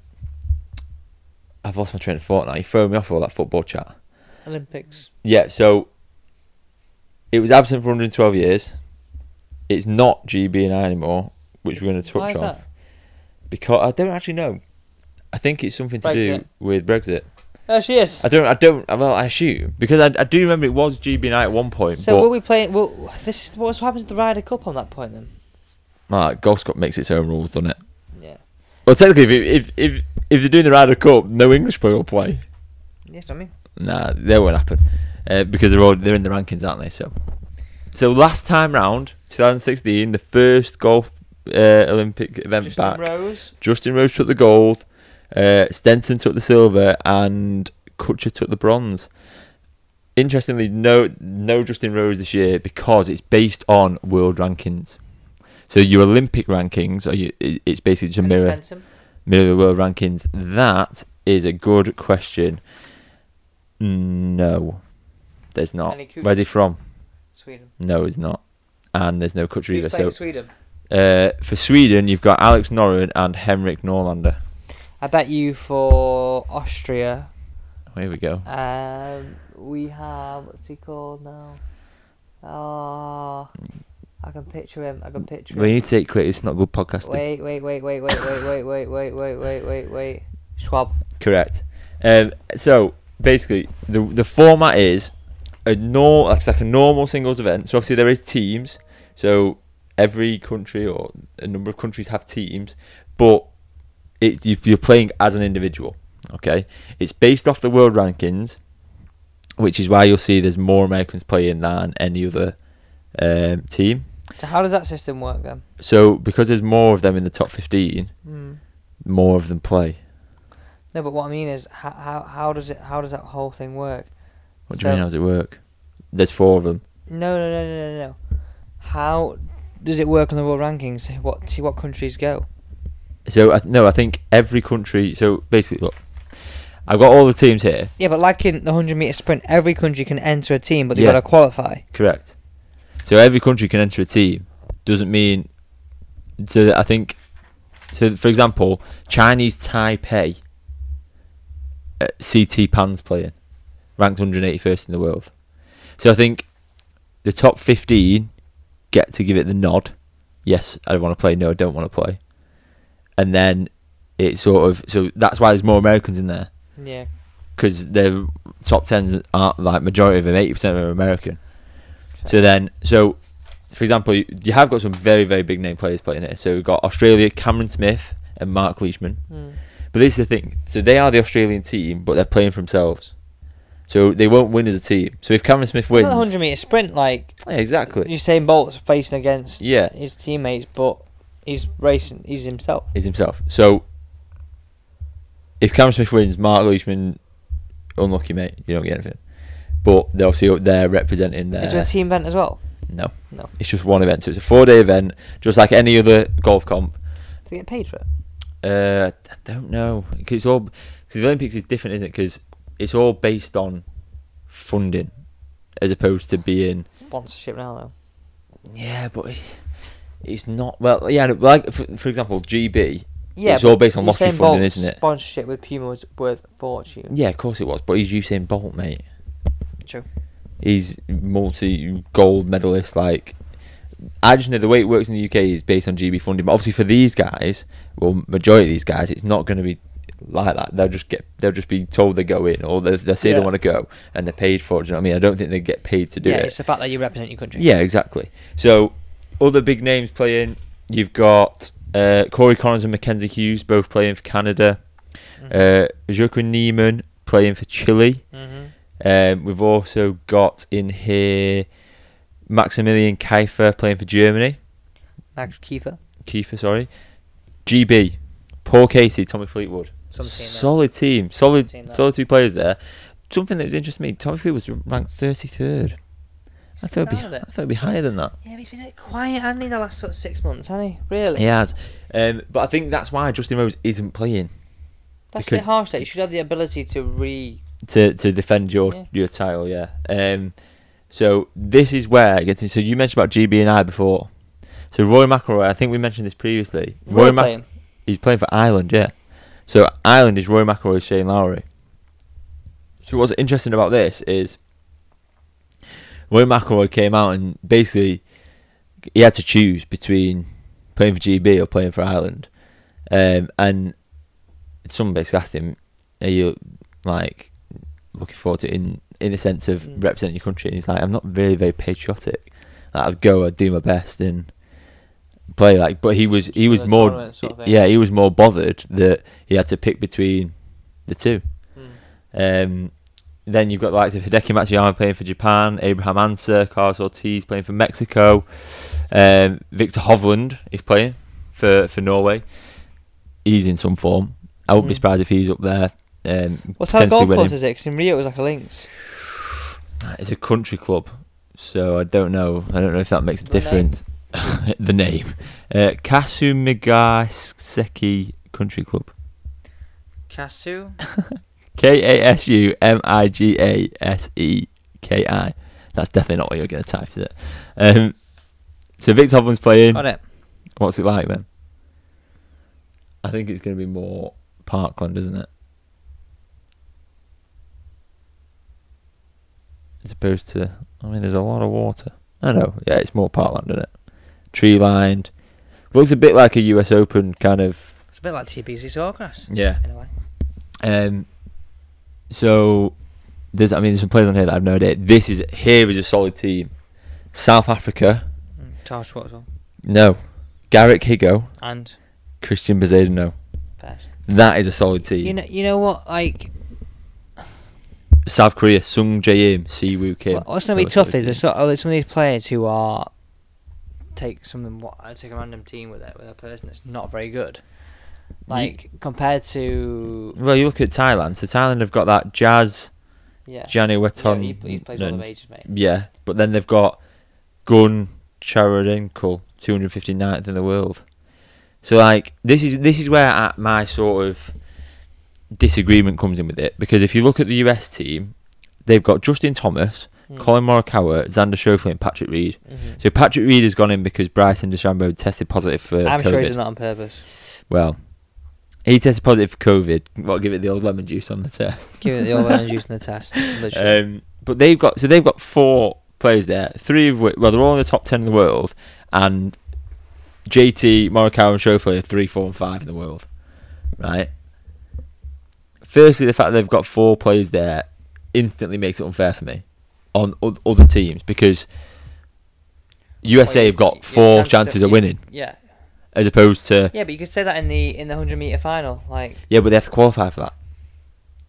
[SPEAKER 2] I've lost my train of thought now. You throw me off all that football chat.
[SPEAKER 1] Olympics.
[SPEAKER 2] Yeah, so it was absent for 112 years. It's not GB and I anymore, which we're going to touch
[SPEAKER 1] Why is
[SPEAKER 2] on
[SPEAKER 1] that?
[SPEAKER 2] because I don't actually know. I think it's something to do
[SPEAKER 1] Brexit.
[SPEAKER 2] with Brexit.
[SPEAKER 1] There Oh, she is.
[SPEAKER 2] I don't. I don't. Well, I assume because I, I do remember it was GB and I at one point.
[SPEAKER 1] So
[SPEAKER 2] but
[SPEAKER 1] will we play? Well, this is what's happened to the Ryder Cup on that point then.
[SPEAKER 2] Ah, Golf Cup makes its own rules, doesn't it?
[SPEAKER 1] Yeah.
[SPEAKER 2] Well, technically, if if if, if they're doing the Ryder Cup, no English player will play.
[SPEAKER 1] Yes, I mean.
[SPEAKER 2] Nah, that won't happen uh, because they're all, they're in the rankings, aren't they? So, so last time round, 2016, the first golf uh, Olympic event
[SPEAKER 1] Justin
[SPEAKER 2] back.
[SPEAKER 1] Rose.
[SPEAKER 2] Justin Rose took the gold, uh, Stenson took the silver, and Kutcher took the bronze. Interestingly, no no Justin Rose this year because it's based on world rankings. So your Olympic rankings, are you, it- it's basically just a
[SPEAKER 1] and
[SPEAKER 2] mirror
[SPEAKER 1] Stenson.
[SPEAKER 2] middle of the world rankings? That is a good question. No, there's not.
[SPEAKER 1] Any Kutcher?
[SPEAKER 2] Where's he from?
[SPEAKER 1] Sweden.
[SPEAKER 2] No, he's not. And there's no Kutcher either.
[SPEAKER 1] Who's playing
[SPEAKER 2] So
[SPEAKER 1] for Sweden?
[SPEAKER 2] uh, for Sweden, you've got Alex Norrin and Henrik Norlander.
[SPEAKER 1] I bet you for Austria.
[SPEAKER 2] Here we go.
[SPEAKER 1] Um, we have what's he called now? Ah, I can picture him. I can picture
[SPEAKER 2] We
[SPEAKER 1] him.
[SPEAKER 2] need to take credit. It's not good podcasting.
[SPEAKER 1] Wait, wait, wait, wait, wait, wait, wait, wait, wait, wait, wait, wait, wait. Schwab.
[SPEAKER 2] Correct. Um, so basically, the the format is a nor it's like a normal singles event. So obviously there is teams. So every country or a number of countries have teams, but it you, you're playing as an individual. Okay, it's based off the world rankings, which is why you'll see there's more Americans playing than any other um, team.
[SPEAKER 1] So how does that system work then?
[SPEAKER 2] So because there's more of them in the top 15,
[SPEAKER 1] Hmm.
[SPEAKER 2] more of them play.
[SPEAKER 1] No, but what I mean is, how, how how does it how does that whole thing work?
[SPEAKER 2] What do
[SPEAKER 1] So-
[SPEAKER 2] you mean? How does it work? There's four of them.
[SPEAKER 1] No, no, no, no, no, no. How does it work on the world rankings? What see what countries go?
[SPEAKER 2] So I, no, I think every country. So basically, look, I've got all the teams here.
[SPEAKER 1] Yeah, but like in the hundred meter sprint, every country can enter a team, but they
[SPEAKER 2] Yeah.
[SPEAKER 1] got to qualify.
[SPEAKER 2] Correct. So every country can enter a team. Doesn't mean. So I think. So for example, Chinese Taipei. Uh, CT Pan's playing, ranked 181st in the world. So I think the top 15 get to give it the nod. Yes, I want to play. No, I don't want to play. And then it sort of so that's why there's more Americans in there
[SPEAKER 1] Yeah.
[SPEAKER 2] because the top tens aren't like majority of them. Eighty percent of them are American. So then, so for example, you, you have got some very very big name players playing it. So we've got Australia, Cameron Smith, and Mark Leishman.
[SPEAKER 1] Hmm.
[SPEAKER 2] But this is the thing. So they are the Australian team, but they're playing for themselves. So they won't win as a team. So if Cameron Smith
[SPEAKER 1] It's
[SPEAKER 2] wins,
[SPEAKER 1] like the 100 metre sprint, like
[SPEAKER 2] yeah, exactly,
[SPEAKER 1] Usain Bolt's facing against
[SPEAKER 2] Yeah.
[SPEAKER 1] his teammates, but he's racing, he's himself.
[SPEAKER 2] is himself. So if Cameron Smith wins, Mark Leishman, unlucky mate, you don't get anything. But they're obviously they're representing their
[SPEAKER 1] Is there a team event as well?
[SPEAKER 2] No.
[SPEAKER 1] No.
[SPEAKER 2] It's just one event. So it's a four day event, just like any other golf comp.
[SPEAKER 1] Do they get paid for it?
[SPEAKER 2] Uh, I don't know. 'Cause It's all because the Olympics is different, isn't it? Because it's all based on funding, as opposed to being
[SPEAKER 1] Sponsorship now, though.
[SPEAKER 2] yeah, but it- it's not well. Yeah, like for, for example, GB.
[SPEAKER 1] Yeah,
[SPEAKER 2] It's all
[SPEAKER 1] but
[SPEAKER 2] based on lottery
[SPEAKER 1] Usain
[SPEAKER 2] funding,
[SPEAKER 1] Bolt's
[SPEAKER 2] isn't it?
[SPEAKER 1] Sponsorship with Puma was worth a fortune.
[SPEAKER 2] Yeah, of course it was, but he's Usain Bolt, mate.
[SPEAKER 1] True.
[SPEAKER 2] He's multi gold medalist. Like, I just know the way it works in the UK is based on GB funding. But obviously, for these guys, well, majority of these guys, it's not going to be like that. They'll just get, they'll just be told they're going, or they they say
[SPEAKER 1] Yeah.
[SPEAKER 2] they want to go, and they're paid for. it, Do you know what I mean? I don't think they get paid to do
[SPEAKER 1] yeah,
[SPEAKER 2] it.
[SPEAKER 1] it's the fact that you represent your country.
[SPEAKER 2] Yeah, exactly. So, other big names playing. You've got uh, Corey Connors and Mackenzie Hughes both playing for Canada. Uh, Joaquin Neiman playing for Chile.
[SPEAKER 1] Mm-hmm.
[SPEAKER 2] Um, we've also got in here Maximilian Kiefer playing for Germany.
[SPEAKER 1] Max Kiefer.
[SPEAKER 2] Kiefer, sorry. GB, Paul Casey, Tommy Fleetwood.
[SPEAKER 1] Some team there.
[SPEAKER 2] solid team, solid,
[SPEAKER 1] Team there.
[SPEAKER 2] solid two players there. Something that was interesting to me: Tommy Fleetwood was ranked thirty third. I thought it'd be,
[SPEAKER 1] proud of
[SPEAKER 2] I
[SPEAKER 1] it.
[SPEAKER 2] thought it'd be higher than that.
[SPEAKER 1] Yeah, he's been a bit quiet, hasn't he, the last sort of six months, hasn't he? Really?
[SPEAKER 2] He has, um, but I think that's why Justin Rose isn't playing
[SPEAKER 1] That's a bit
[SPEAKER 2] because-
[SPEAKER 1] harsh. That you should have the ability to re.
[SPEAKER 2] to to defend your
[SPEAKER 1] Yeah.
[SPEAKER 2] your title. Yeah. Um, so this is where it gets. in- So you mentioned about GB and I before. So Roy McIlroy, I think we mentioned this previously.
[SPEAKER 1] Roy
[SPEAKER 2] Mac-
[SPEAKER 1] playing.
[SPEAKER 2] he's playing for Ireland. Yeah. So Ireland is Roy McIlroy, Shane Lowry. So what's interesting about this is Roy McIlroy came out and basically he had to choose between playing for GB or playing for Ireland, um, and someone basically asked him, "Are you like looking forward to it in in the sense of
[SPEAKER 1] Mm.
[SPEAKER 2] representing your country?" And he's like, "I'm not really very patriotic. Like, I'd go, I'd do my best, and play like." But he was
[SPEAKER 1] Just
[SPEAKER 2] he was
[SPEAKER 1] another
[SPEAKER 2] more
[SPEAKER 1] tournament sort of thing.
[SPEAKER 2] yeah he was more bothered that he had to pick between the two.
[SPEAKER 1] Mm.
[SPEAKER 2] Um, then you've got the likes of Hideki Matsuyama playing for Japan, Abraham Anser, Carlos Ortiz playing for Mexico, um, Victor Hovland is playing for, for Norway. He's in some form. I wouldn't be
[SPEAKER 1] Mm.
[SPEAKER 2] surprised if he's up there. Um,
[SPEAKER 1] What type of golf
[SPEAKER 2] potentially
[SPEAKER 1] course
[SPEAKER 2] winning.
[SPEAKER 1] is it? 'Cause in Rio it was like a links.
[SPEAKER 2] It's a country club, so I don't know. I don't know if that makes a
[SPEAKER 1] The name.
[SPEAKER 2] difference. the name, uh, Kasumigaseki Country Club.
[SPEAKER 1] Kasu.
[SPEAKER 2] K A S U M I G A S E K I. That's definitely not what you're going to type, is it? Um, so Victor Hovland's playing.
[SPEAKER 1] Got it.
[SPEAKER 2] What's it like then? I think it's going to be more Parkland, isn't it? As opposed to, I mean, there's a lot of water. I know. Yeah, it's more Parkland, isn't it? Tree lined. Looks a bit like a US Open kind of.
[SPEAKER 1] It's a bit like TPC Sawgrass.
[SPEAKER 2] Yeah.
[SPEAKER 1] In a way.
[SPEAKER 2] Um, so there's, I mean, there's some players on here that I've no idea. This is here is a solid team. South Africa,
[SPEAKER 1] Mm, Charles Schwartzel.
[SPEAKER 2] no. Garrick Higo,
[SPEAKER 1] And
[SPEAKER 2] Christian Bezeda, no.
[SPEAKER 1] Pez.
[SPEAKER 2] That is a solid team.
[SPEAKER 1] You know, you know what? Like,
[SPEAKER 2] South Korea, Sung Jae Im, Siwoo Kim.
[SPEAKER 1] what- what's going to be
[SPEAKER 2] Another solid
[SPEAKER 1] tough is
[SPEAKER 2] team.
[SPEAKER 1] there's sort of, some of these players who are take something. What I take a random team with it with a person that's not very good. Like compared to
[SPEAKER 2] well, you look at Thailand. So Thailand have got that Jazz,
[SPEAKER 1] yeah,
[SPEAKER 2] Johnny Weton.
[SPEAKER 1] yeah, he, he plays all the
[SPEAKER 2] and-
[SPEAKER 1] majors, mate.
[SPEAKER 2] yeah, but then they've got Gun Charadenko, 259th in the world. So like this is this is where uh, my sort of disagreement comes in with it because if you look at the US team, they've got Justin Thomas,
[SPEAKER 1] Mm.
[SPEAKER 2] Colin Morikawa, Xander Schauffele, and Patrick Reed.
[SPEAKER 1] Mhm.
[SPEAKER 2] So Patrick Reed has gone in because Bryson DeChambeau tested positive for
[SPEAKER 1] I'm
[SPEAKER 2] uh, COVID.
[SPEAKER 1] sure he's not on purpose.
[SPEAKER 2] Well, he tested positive for COVID. Well, give it the old lemon juice on the test. Uh,
[SPEAKER 1] Give it the all energy in the test. Literally.
[SPEAKER 2] Um, but they've got so they've got four players there. Three of which, well, they're all in the top ten in the world, and JT, Morikawa, and Schofler are three, four, and five in the world, right? Firstly, the fact that they've got four players there instantly makes it unfair for me on o- other teams because USA
[SPEAKER 1] Well,
[SPEAKER 2] have
[SPEAKER 1] you-
[SPEAKER 2] got
[SPEAKER 1] you-
[SPEAKER 2] four
[SPEAKER 1] chances
[SPEAKER 2] chances
[SPEAKER 1] that
[SPEAKER 2] of
[SPEAKER 1] you-
[SPEAKER 2] winning
[SPEAKER 1] Yeah,
[SPEAKER 2] as opposed to
[SPEAKER 1] yeah, but you could say that in the in the hundred meter final, like
[SPEAKER 2] yeah, but they have to qualify for that.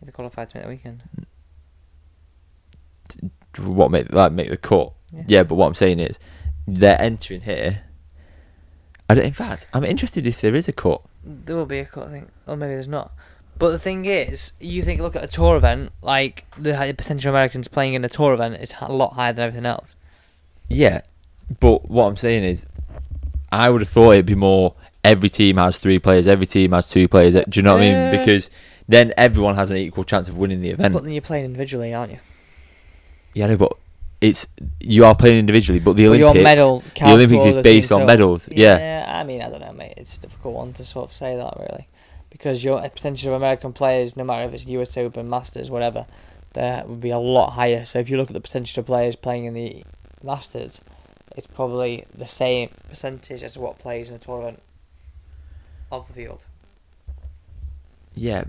[SPEAKER 1] if they qualified to make the weekend.
[SPEAKER 2] what make that make the cut.
[SPEAKER 1] Yeah.
[SPEAKER 2] Yeah. but what I'm saying is they're entering here. I don't, in fact, I'm interested if there is a cut.
[SPEAKER 1] There will be a cut, I think, or maybe there's not. But the thing is, you think look at a tour event, like the hi- potential Americans playing in a tour event is a lot higher than everything else.
[SPEAKER 2] Yeah, but what I'm saying is, I would have thought it'd be more. Every team has three players. Every team has two players. Do you know what I
[SPEAKER 1] Yeah.
[SPEAKER 2] mean? Because then everyone has an equal chance of winning the event.
[SPEAKER 1] but then you're playing individually, aren't you?
[SPEAKER 2] yeah, no, but it's you are playing individually, but the
[SPEAKER 1] But
[SPEAKER 2] Olympics.
[SPEAKER 1] your medal
[SPEAKER 2] the
[SPEAKER 1] counts
[SPEAKER 2] Olympics
[SPEAKER 1] all
[SPEAKER 2] is
[SPEAKER 1] the
[SPEAKER 2] based
[SPEAKER 1] team,
[SPEAKER 2] on
[SPEAKER 1] so-
[SPEAKER 2] medals. Yeah.
[SPEAKER 1] I mean, I don't know, mate. It's a difficult one to sort of say that really, because your potential American players, no matter if it's US Open, Masters, whatever, that would be a lot higher. So if you look at the potential players playing in the Masters, it's probably the same percentage as what plays in a tournament of the field.
[SPEAKER 2] yeah,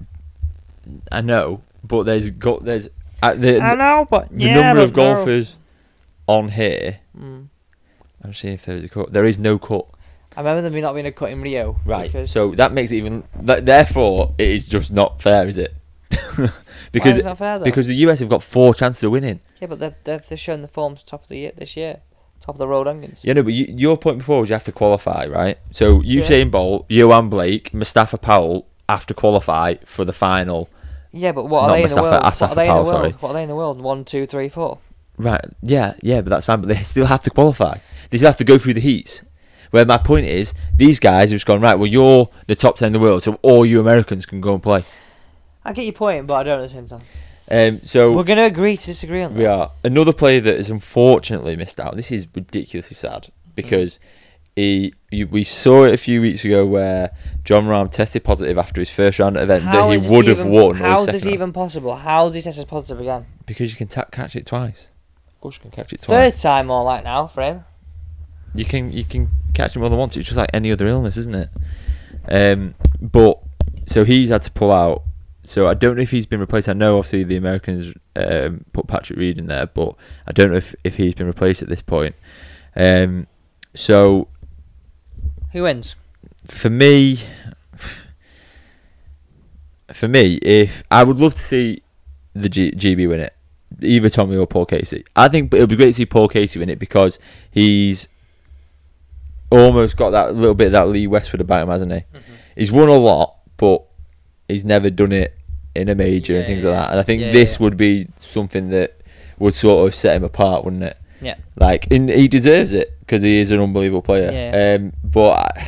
[SPEAKER 2] I know, but there's got there's uh, the,
[SPEAKER 1] know, but
[SPEAKER 2] the number of golfers on here. I'm seeing if there's a cut. There is no cut.
[SPEAKER 1] Hmm. I remember there not being a cut in Rio.
[SPEAKER 2] Because so that makes it even. That, therefore, it is just not fair, is it?
[SPEAKER 1] because
[SPEAKER 2] because
[SPEAKER 1] not fair, though?
[SPEAKER 2] because the US have got four chances of winning.
[SPEAKER 1] yeah, but they've, they've, they've shown the forms top of the year this year, top of the road rankings.
[SPEAKER 2] You know, but you, your point before was you have to qualify, right? So
[SPEAKER 1] Yeah.
[SPEAKER 2] Usain Bolt, Johan Blake, Mustafa Powell have to qualify for the final.
[SPEAKER 1] Yeah, but what are
[SPEAKER 2] Not
[SPEAKER 1] they in the
[SPEAKER 2] Mustafa,
[SPEAKER 1] world? What
[SPEAKER 2] Asaf
[SPEAKER 1] are they in the
[SPEAKER 2] Powell,
[SPEAKER 1] world?
[SPEAKER 2] sorry.
[SPEAKER 1] What are they in the world? One, two, three, four.
[SPEAKER 2] Right? Yeah, yeah, but that's fine. But they still have to qualify. They still have to go through the heats. Where my point is, these guys have just gone right. Well, you're the top ten in the world, so all you Americans can go and play.
[SPEAKER 1] I get your point, but I don't at the same time.
[SPEAKER 2] Um, so
[SPEAKER 1] We're going to agree to disagree on that.
[SPEAKER 2] We are. Another player that has unfortunately missed out. This is ridiculously sad because he, you, we saw it a few weeks ago where John Rahm tested positive after his first round event
[SPEAKER 1] How
[SPEAKER 2] that
[SPEAKER 1] is
[SPEAKER 2] he
[SPEAKER 1] this
[SPEAKER 2] would have
[SPEAKER 1] even-
[SPEAKER 2] won. or his
[SPEAKER 1] How is
[SPEAKER 2] second
[SPEAKER 1] this
[SPEAKER 2] round.
[SPEAKER 1] even possible? How does he test as positive again?
[SPEAKER 2] Because you can ta- catch it twice. Of course, you can catch it twice.
[SPEAKER 1] Third time, all right now for him.
[SPEAKER 2] You can you can catch it more than once. It's just like any other illness, isn't it? Um, but so he's had to pull out. So I don't know if he's been replaced. I know obviously the Americans um, put Patrick Reed in there, but I don't know if, if he's been replaced at this point. Um, so
[SPEAKER 1] Who wins?
[SPEAKER 2] for me, for me, if I would love to see the G- GB win it, either Tommy or Paul Casey. I think it would be great to see Paul Casey win it because he's almost got that little bit of that Lee Westwood about him, hasn't he?
[SPEAKER 1] Mm-hmm.
[SPEAKER 2] He's won a lot, but he's never done it in a major and
[SPEAKER 1] Yeah,
[SPEAKER 2] things
[SPEAKER 1] yeah.
[SPEAKER 2] like that. And I think
[SPEAKER 1] Yeah,
[SPEAKER 2] this
[SPEAKER 1] yeah.
[SPEAKER 2] would be something that would sort of set him apart, wouldn't it?
[SPEAKER 1] Yeah.
[SPEAKER 2] Like, and he deserves it because he is an unbelievable player.
[SPEAKER 1] Yeah.
[SPEAKER 2] Um, but I,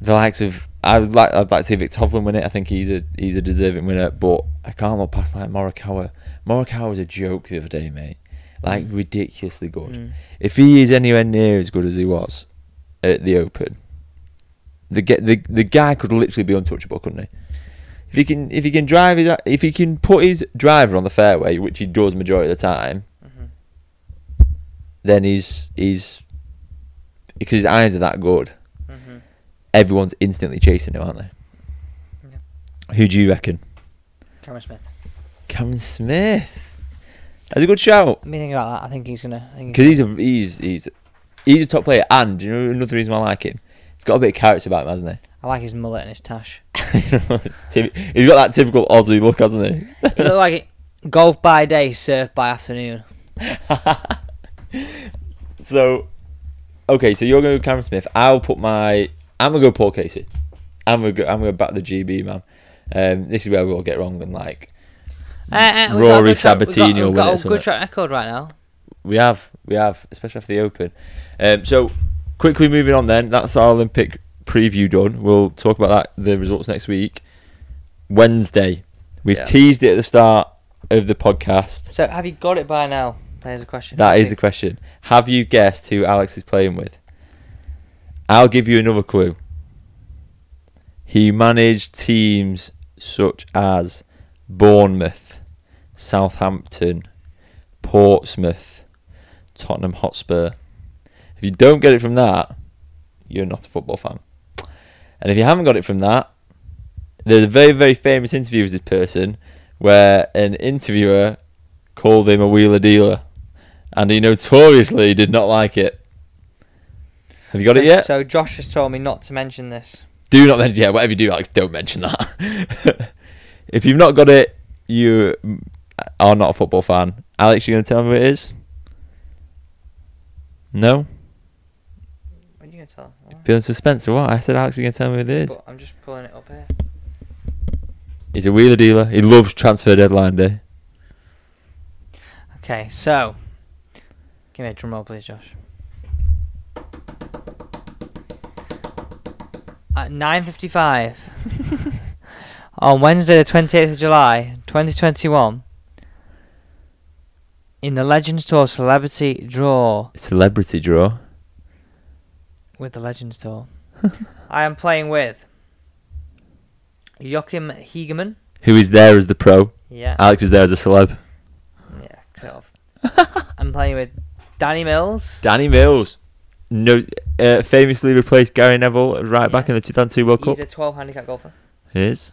[SPEAKER 2] the likes of I would like I'd like to see Vic Hovland win it. I think he's a he's a deserving winner, but I can't look past like Morikawa. Morikawa was a joke the other day, mate. Like ridiculously good.
[SPEAKER 1] Mm.
[SPEAKER 2] If he is anywhere near as good as he was at the Open, the ge- the the guy could literally be untouchable, couldn't he? If he can if he can drive his if he can put his driver on the fairway, which he does majority of the time,
[SPEAKER 1] Mhm.
[SPEAKER 2] then he's he's because his irons are that good
[SPEAKER 1] Mm-hmm.
[SPEAKER 2] everyone's instantly chasing him, aren't they? Who do you reckon?
[SPEAKER 1] Cameron Smith.
[SPEAKER 2] Cameron Smith. That's a good shout
[SPEAKER 1] Let me think about that. I think he's going to.
[SPEAKER 2] because he's a he's he's he's a top player, and do you know another reason why I like him? He's got a bit of character about him, hasn't
[SPEAKER 1] I like his mullet and his tash.
[SPEAKER 2] he? Typ- he's got that typical Aussie look, hasn't he?
[SPEAKER 1] he looked like it. golf by day, surf by afternoon.
[SPEAKER 2] So, okay, so you're going to go Cameron Smith. I'll put my. I'm gonna go Paul Casey. I'm gonna go, I'm gonna back the GB man. Um, this is where we all get wrong. Then like
[SPEAKER 1] Uh, uh, we've got a
[SPEAKER 2] Rory
[SPEAKER 1] good track- we've got-
[SPEAKER 2] Sabatini will
[SPEAKER 1] We've got,
[SPEAKER 2] win it
[SPEAKER 1] a
[SPEAKER 2] somewhere.
[SPEAKER 1] good track record right now.
[SPEAKER 2] We have, we have, especially after the Open. Um, so quickly moving on, then that's our Olympic preview done. We'll talk about that the results next week. Wednesday, we've
[SPEAKER 1] Yeah.
[SPEAKER 2] teased it at the start of the podcast.
[SPEAKER 1] So have you got it by now? There's a question.
[SPEAKER 2] That is the question. Have you guessed who Alex is playing with? I'll give you another clue. He managed teams such as Bournemouth, Southampton, Portsmouth, Tottenham Hotspur. If you don't get it from that, you're not a football fan. And if you haven't got it from that, there's a very, very famous interview with this person where an interviewer called him a wheeler dealer. And he notoriously did not like it. Have you got it yet?
[SPEAKER 1] So Josh has told me not to mention this.
[SPEAKER 2] Do not mention. Yeah, whatever you do, Alex, don't mention that. if you've not got it, you are not a football fan. Alex, you going to tell me what it is? No.
[SPEAKER 1] What are you gonna tell him? Alright.
[SPEAKER 2] Feeling suspense or what? I said, Alex, you going to tell me what it is?
[SPEAKER 1] But I'm just pulling it up here.
[SPEAKER 2] He's a wheeler dealer. He loves transfer deadline day.
[SPEAKER 1] Okay, so give me a drum roll, please, Josh. At 9:55 on Wednesday, the 28th of July, 2021, in the Legends Tour Celebrity Draw
[SPEAKER 2] Celebrity draw.
[SPEAKER 1] with the Legends Tour, I am playing with Joachim Hegeman.
[SPEAKER 2] Who is there as the pro?
[SPEAKER 1] Yeah.
[SPEAKER 2] Alex is there as a celeb.
[SPEAKER 1] Yeah, sort of. I'm playing with Danny Mills.
[SPEAKER 2] Danny Mills. No, uh, famously replaced Gary Neville at right back
[SPEAKER 1] Yeah.
[SPEAKER 2] in the 2002 World
[SPEAKER 1] He's
[SPEAKER 2] Cup.
[SPEAKER 1] a 12 handicap golfer.
[SPEAKER 2] He is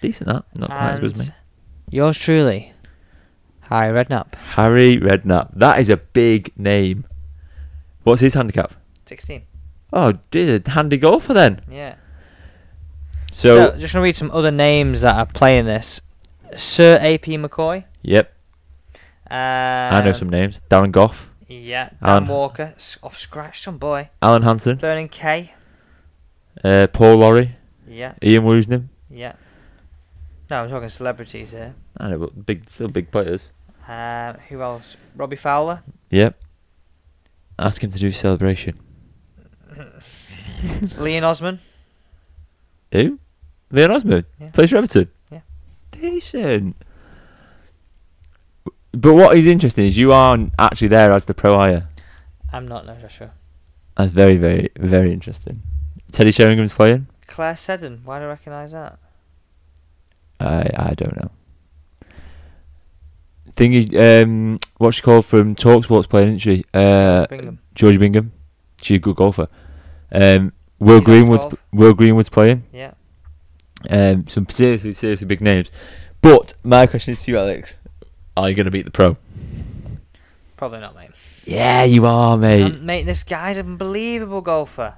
[SPEAKER 2] decent that, not quite as good as me.
[SPEAKER 1] yours truly, Harry Redknapp,
[SPEAKER 2] Harry Redknapp. That is a big name. What's his handicap?
[SPEAKER 1] 16.
[SPEAKER 2] Oh, dear, handy golfer then.
[SPEAKER 1] Yeah. So,
[SPEAKER 2] So,
[SPEAKER 1] just gonna read some other names that are playing this. Sir A.P. McCoy.
[SPEAKER 2] yep,
[SPEAKER 1] Um,
[SPEAKER 2] I know some names. Darren Goff,
[SPEAKER 1] Yeah. Dan
[SPEAKER 2] Alan-
[SPEAKER 1] Walker s- off scratch, some boy.
[SPEAKER 2] Alan Hansen,
[SPEAKER 1] Vernon Kay.
[SPEAKER 2] uh, Paul Lorry,
[SPEAKER 1] Yeah.
[SPEAKER 2] Ian Woosnam.
[SPEAKER 1] Yeah. No, I'm talking celebrities here.
[SPEAKER 2] I know, but big, still big players.
[SPEAKER 1] Um, who else? Robbie Fowler.
[SPEAKER 2] Yep. Ask him to do celebration.
[SPEAKER 1] Leon Osman.
[SPEAKER 2] Who? Leon Osmond.
[SPEAKER 1] Yeah.
[SPEAKER 2] Plays for Everton.
[SPEAKER 1] Yeah.
[SPEAKER 2] Decent. But what is interesting is you are actually there as the pro hire.
[SPEAKER 1] I'm not, no, Joshua.
[SPEAKER 2] That's very, very, very interesting. Teddy Sheringham's playing.
[SPEAKER 1] Claire Seddon. Why do I recognise that?
[SPEAKER 2] I I don't know. Thing is, um, what's she called from Talksport's playing, isn't she? Uh,
[SPEAKER 1] Bingham.
[SPEAKER 2] Georgie Bingham. She's a good golfer. Um, Will
[SPEAKER 1] He's on
[SPEAKER 2] Greenwood's
[SPEAKER 1] 12.
[SPEAKER 2] Will Greenwood's playing.
[SPEAKER 1] Yeah.
[SPEAKER 2] Um, some seriously, seriously big names. But my question is to you, Alex: Are you going to beat the pro?
[SPEAKER 1] Probably not, mate.
[SPEAKER 2] Yeah, you are, mate.
[SPEAKER 1] Um, mate, this guy's an unbelievable golfer.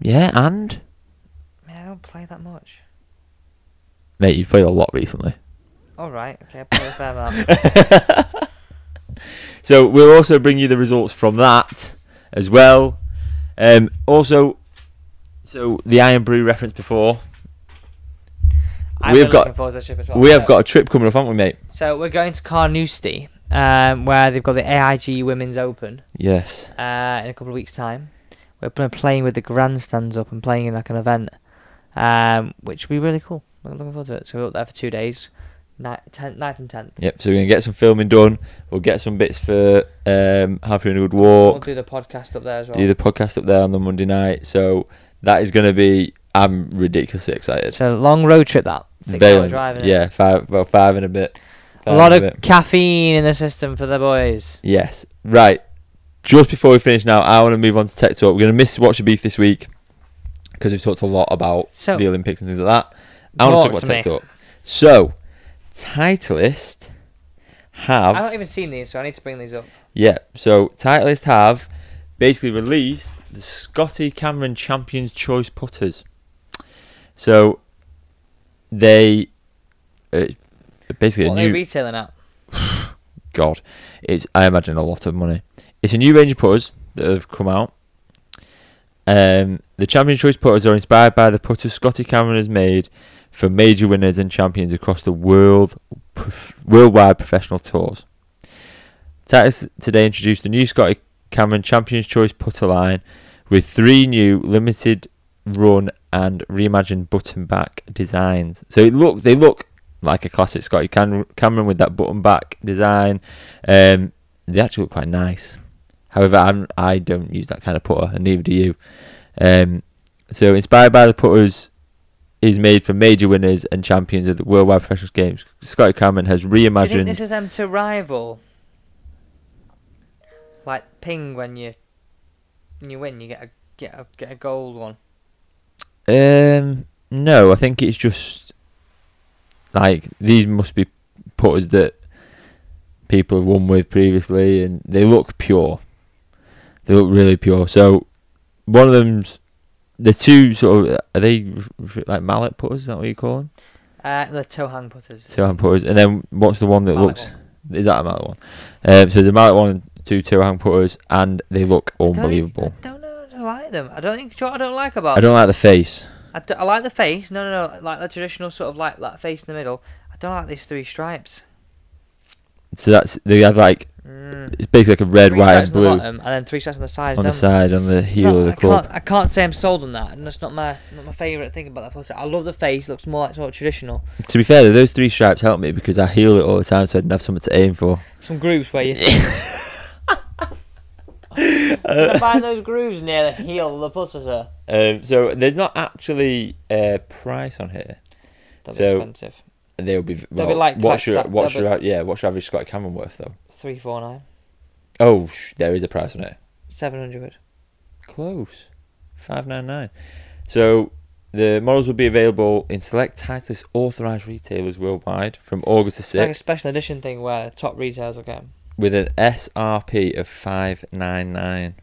[SPEAKER 2] yeah, and
[SPEAKER 1] Man, I don't play that much.
[SPEAKER 2] mate, you've played a lot recently.
[SPEAKER 1] All right, okay, I play um, a fair amount.
[SPEAKER 2] So we'll also bring you the results from that as well. Um, also, so the Iron Brew reference before,
[SPEAKER 1] I'm
[SPEAKER 2] We've
[SPEAKER 1] really
[SPEAKER 2] got-
[SPEAKER 1] looking forward to this trip as well.
[SPEAKER 2] we have
[SPEAKER 1] So-
[SPEAKER 2] got a trip coming up, haven't we, mate?
[SPEAKER 1] So we're going to Carnoustie, um, where they've got the AIG Women's Open
[SPEAKER 2] Yes.
[SPEAKER 1] uh, in a couple of weeks' time. We're pl- playing with the grandstands up and playing in like an event, um, which will be really cool. We're looking forward to it. So we're up there for two days, night, ten, ninth and tenth.
[SPEAKER 2] Yep. So we're gonna get some filming done. We'll get some bits for um, having a good
[SPEAKER 1] We'll
[SPEAKER 2] walk.
[SPEAKER 1] do the podcast up there as well.
[SPEAKER 2] do the podcast up there on the Monday night. So that is going to be. I'm ridiculously excited.
[SPEAKER 1] it's a long road trip that six
[SPEAKER 2] Very
[SPEAKER 1] hour
[SPEAKER 2] long-
[SPEAKER 1] driving. it.
[SPEAKER 2] yeah, five well five and a bit.
[SPEAKER 1] a
[SPEAKER 2] Five
[SPEAKER 1] lot
[SPEAKER 2] and
[SPEAKER 1] of
[SPEAKER 2] bit.
[SPEAKER 1] caffeine in the system for the boys.
[SPEAKER 2] yes. Right. Just before we finish now, I want to move on to tech talk. We're going to miss Watch Your Beef this week because we've talked a lot about
[SPEAKER 1] So-
[SPEAKER 2] the Olympics and things like that. I want
[SPEAKER 1] Talk
[SPEAKER 2] to talk
[SPEAKER 1] to
[SPEAKER 2] about tech
[SPEAKER 1] me.
[SPEAKER 2] talk. So, Titleist have
[SPEAKER 1] I've not even seen these, so I need to bring these up.
[SPEAKER 2] Yeah, so Titleist have basically released the Scotty Cameron Champions Choice putters. So they uh, basically
[SPEAKER 1] what
[SPEAKER 2] a
[SPEAKER 1] are they
[SPEAKER 2] new
[SPEAKER 1] retailing at?
[SPEAKER 2] god. It's I imagine a lot of money. It's a new range of putters that have come out. Um, the Champions Choice putters are inspired by the putters Scotty Cameron has made for major winners and champions across the world, prof- worldwide professional tours. Titus today introduced the new Scotty Cameron Champions Choice putter line with three new limited run and reimagined button back designs. So it look they look like a classic Scotty Cam- Cameron with that button back design. Um, they actually look quite nice. However, I'm, I don't use that kind of putter, and neither do you. Um, so inspired by the putters is made for major winners and champions of the worldwide professional games. Scotty Cameron has reimagined.
[SPEAKER 1] Do you think this is them to rival like ping when you when you win, you get a get a get a gold one.
[SPEAKER 2] Um, no, I think it's just like these must be putters that people have won with previously, and they look pure. They look really pure. So one of them's the two sort of are they r- r- like mallet putters? Is that what you call them?
[SPEAKER 1] Uh, the toe hang putters.
[SPEAKER 2] Two hand putters, and then what's the one that
[SPEAKER 1] Mallet
[SPEAKER 2] looks? Is that a mallet one? Um, so the mallet one, and two two hand putters, and they look
[SPEAKER 1] Don't-
[SPEAKER 2] unbelievable.
[SPEAKER 1] I don't know. I don't like them. I don't think. do you know what I don't like about.
[SPEAKER 2] I don't like the face.
[SPEAKER 1] I, d- I like the face. No, no, no. Like the traditional sort of like that face in the middle. I don't like these three stripes.
[SPEAKER 2] So that's they have like
[SPEAKER 1] Mm.
[SPEAKER 2] it's basically like a red,
[SPEAKER 1] Three
[SPEAKER 2] white,
[SPEAKER 1] stripes
[SPEAKER 2] and
[SPEAKER 1] on
[SPEAKER 2] blue
[SPEAKER 1] the bottom, and then three stripes on the sides.
[SPEAKER 2] on the
[SPEAKER 1] don't-
[SPEAKER 2] side on the heel
[SPEAKER 1] No,
[SPEAKER 2] of the
[SPEAKER 1] I
[SPEAKER 2] club.
[SPEAKER 1] Can't, I can't say I'm sold on that, and that's not my not my favourite thing about that photo. I love the face; it looks more like sort of traditional.
[SPEAKER 2] To be fair, though, those three stripes help me because I heal it all the time, so I didn't have something to aim for.
[SPEAKER 1] Some grooves where you. I'm gonna find those grooves near the heel of the putter, sir.
[SPEAKER 2] Um, so there's not actually a price on here.
[SPEAKER 1] That'd
[SPEAKER 2] So-
[SPEAKER 1] be expensive.
[SPEAKER 2] They'll be
[SPEAKER 1] They'll be like
[SPEAKER 2] what's your
[SPEAKER 1] flats-
[SPEAKER 2] what's
[SPEAKER 1] they'll
[SPEAKER 2] your yeah what's your average Scott Cameron worth though?
[SPEAKER 1] Three four nine.
[SPEAKER 2] Oh, sh- there is a price on it.
[SPEAKER 1] Seven hundred.
[SPEAKER 2] Close, five nine nine. So the models will be available in select Titleist authorized retailers worldwide from August the
[SPEAKER 1] Like a
[SPEAKER 2] sixth
[SPEAKER 1] special edition thing where the top retailers will get 'em.
[SPEAKER 2] with an SRP of five nine nine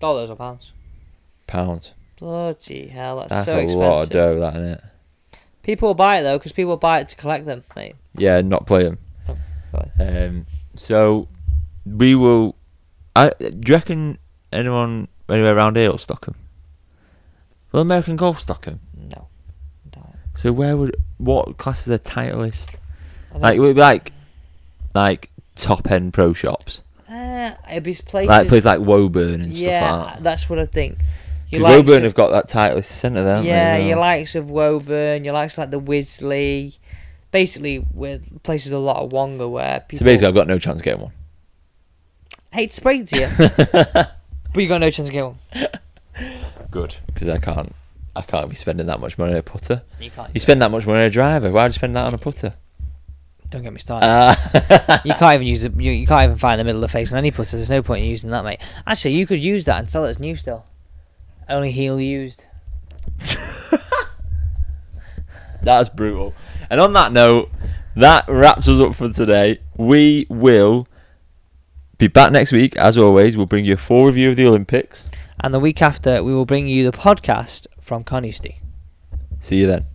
[SPEAKER 1] dollars or pounds.
[SPEAKER 2] pounds.
[SPEAKER 1] Bloody hell, that's,
[SPEAKER 2] That's
[SPEAKER 1] so
[SPEAKER 2] a
[SPEAKER 1] expensive.
[SPEAKER 2] lot of dough, that isn't it?
[SPEAKER 1] People will buy it though, because people will buy it to collect them, mate.
[SPEAKER 2] Yeah, not play them.
[SPEAKER 1] Oh, right.
[SPEAKER 2] Um, so we will. I do you reckon anyone anywhere around here will stock 'em? Will American Golf stock 'em?
[SPEAKER 1] No. Don't.
[SPEAKER 2] So where would what classes are Titleist?
[SPEAKER 1] I don't-
[SPEAKER 2] Like it would be like like top end pro shops,
[SPEAKER 1] Uh, it'd be places.
[SPEAKER 2] like places like Woburn and
[SPEAKER 1] yeah,
[SPEAKER 2] stuff like that.
[SPEAKER 1] that's what I think.
[SPEAKER 2] 'Cause
[SPEAKER 1] likes
[SPEAKER 2] Woburn
[SPEAKER 1] of-
[SPEAKER 2] have got that Titleist centre, there.
[SPEAKER 1] yeah,
[SPEAKER 2] they,
[SPEAKER 1] your likes of Woburn, your likes like the Wisley, basically with places a lot of Wonga where people
[SPEAKER 2] So basically, I've got no chance of getting one.
[SPEAKER 1] hate to speak to you, but you got no chance of getting one.
[SPEAKER 2] Good, because I can't. I can't be spending that much money on a putter.
[SPEAKER 1] You can't.
[SPEAKER 2] You spend that much money on a driver. Why would you spend that on a putter?
[SPEAKER 1] Don't
[SPEAKER 2] Uh,
[SPEAKER 1] get me started.
[SPEAKER 2] Ah.
[SPEAKER 1] you can't even use it. You, you can't even find the middle of the face on any putter. There's no point in using that, mate. Actually, you could use that and sell it as new still. Only heel used.
[SPEAKER 2] That's brutal. And on that note, that wraps us up for today. We will be back next week, as always. We'll bring you a full review of the Olympics.
[SPEAKER 1] And the week after, we will bring you the podcast from Conusty.
[SPEAKER 2] See you then.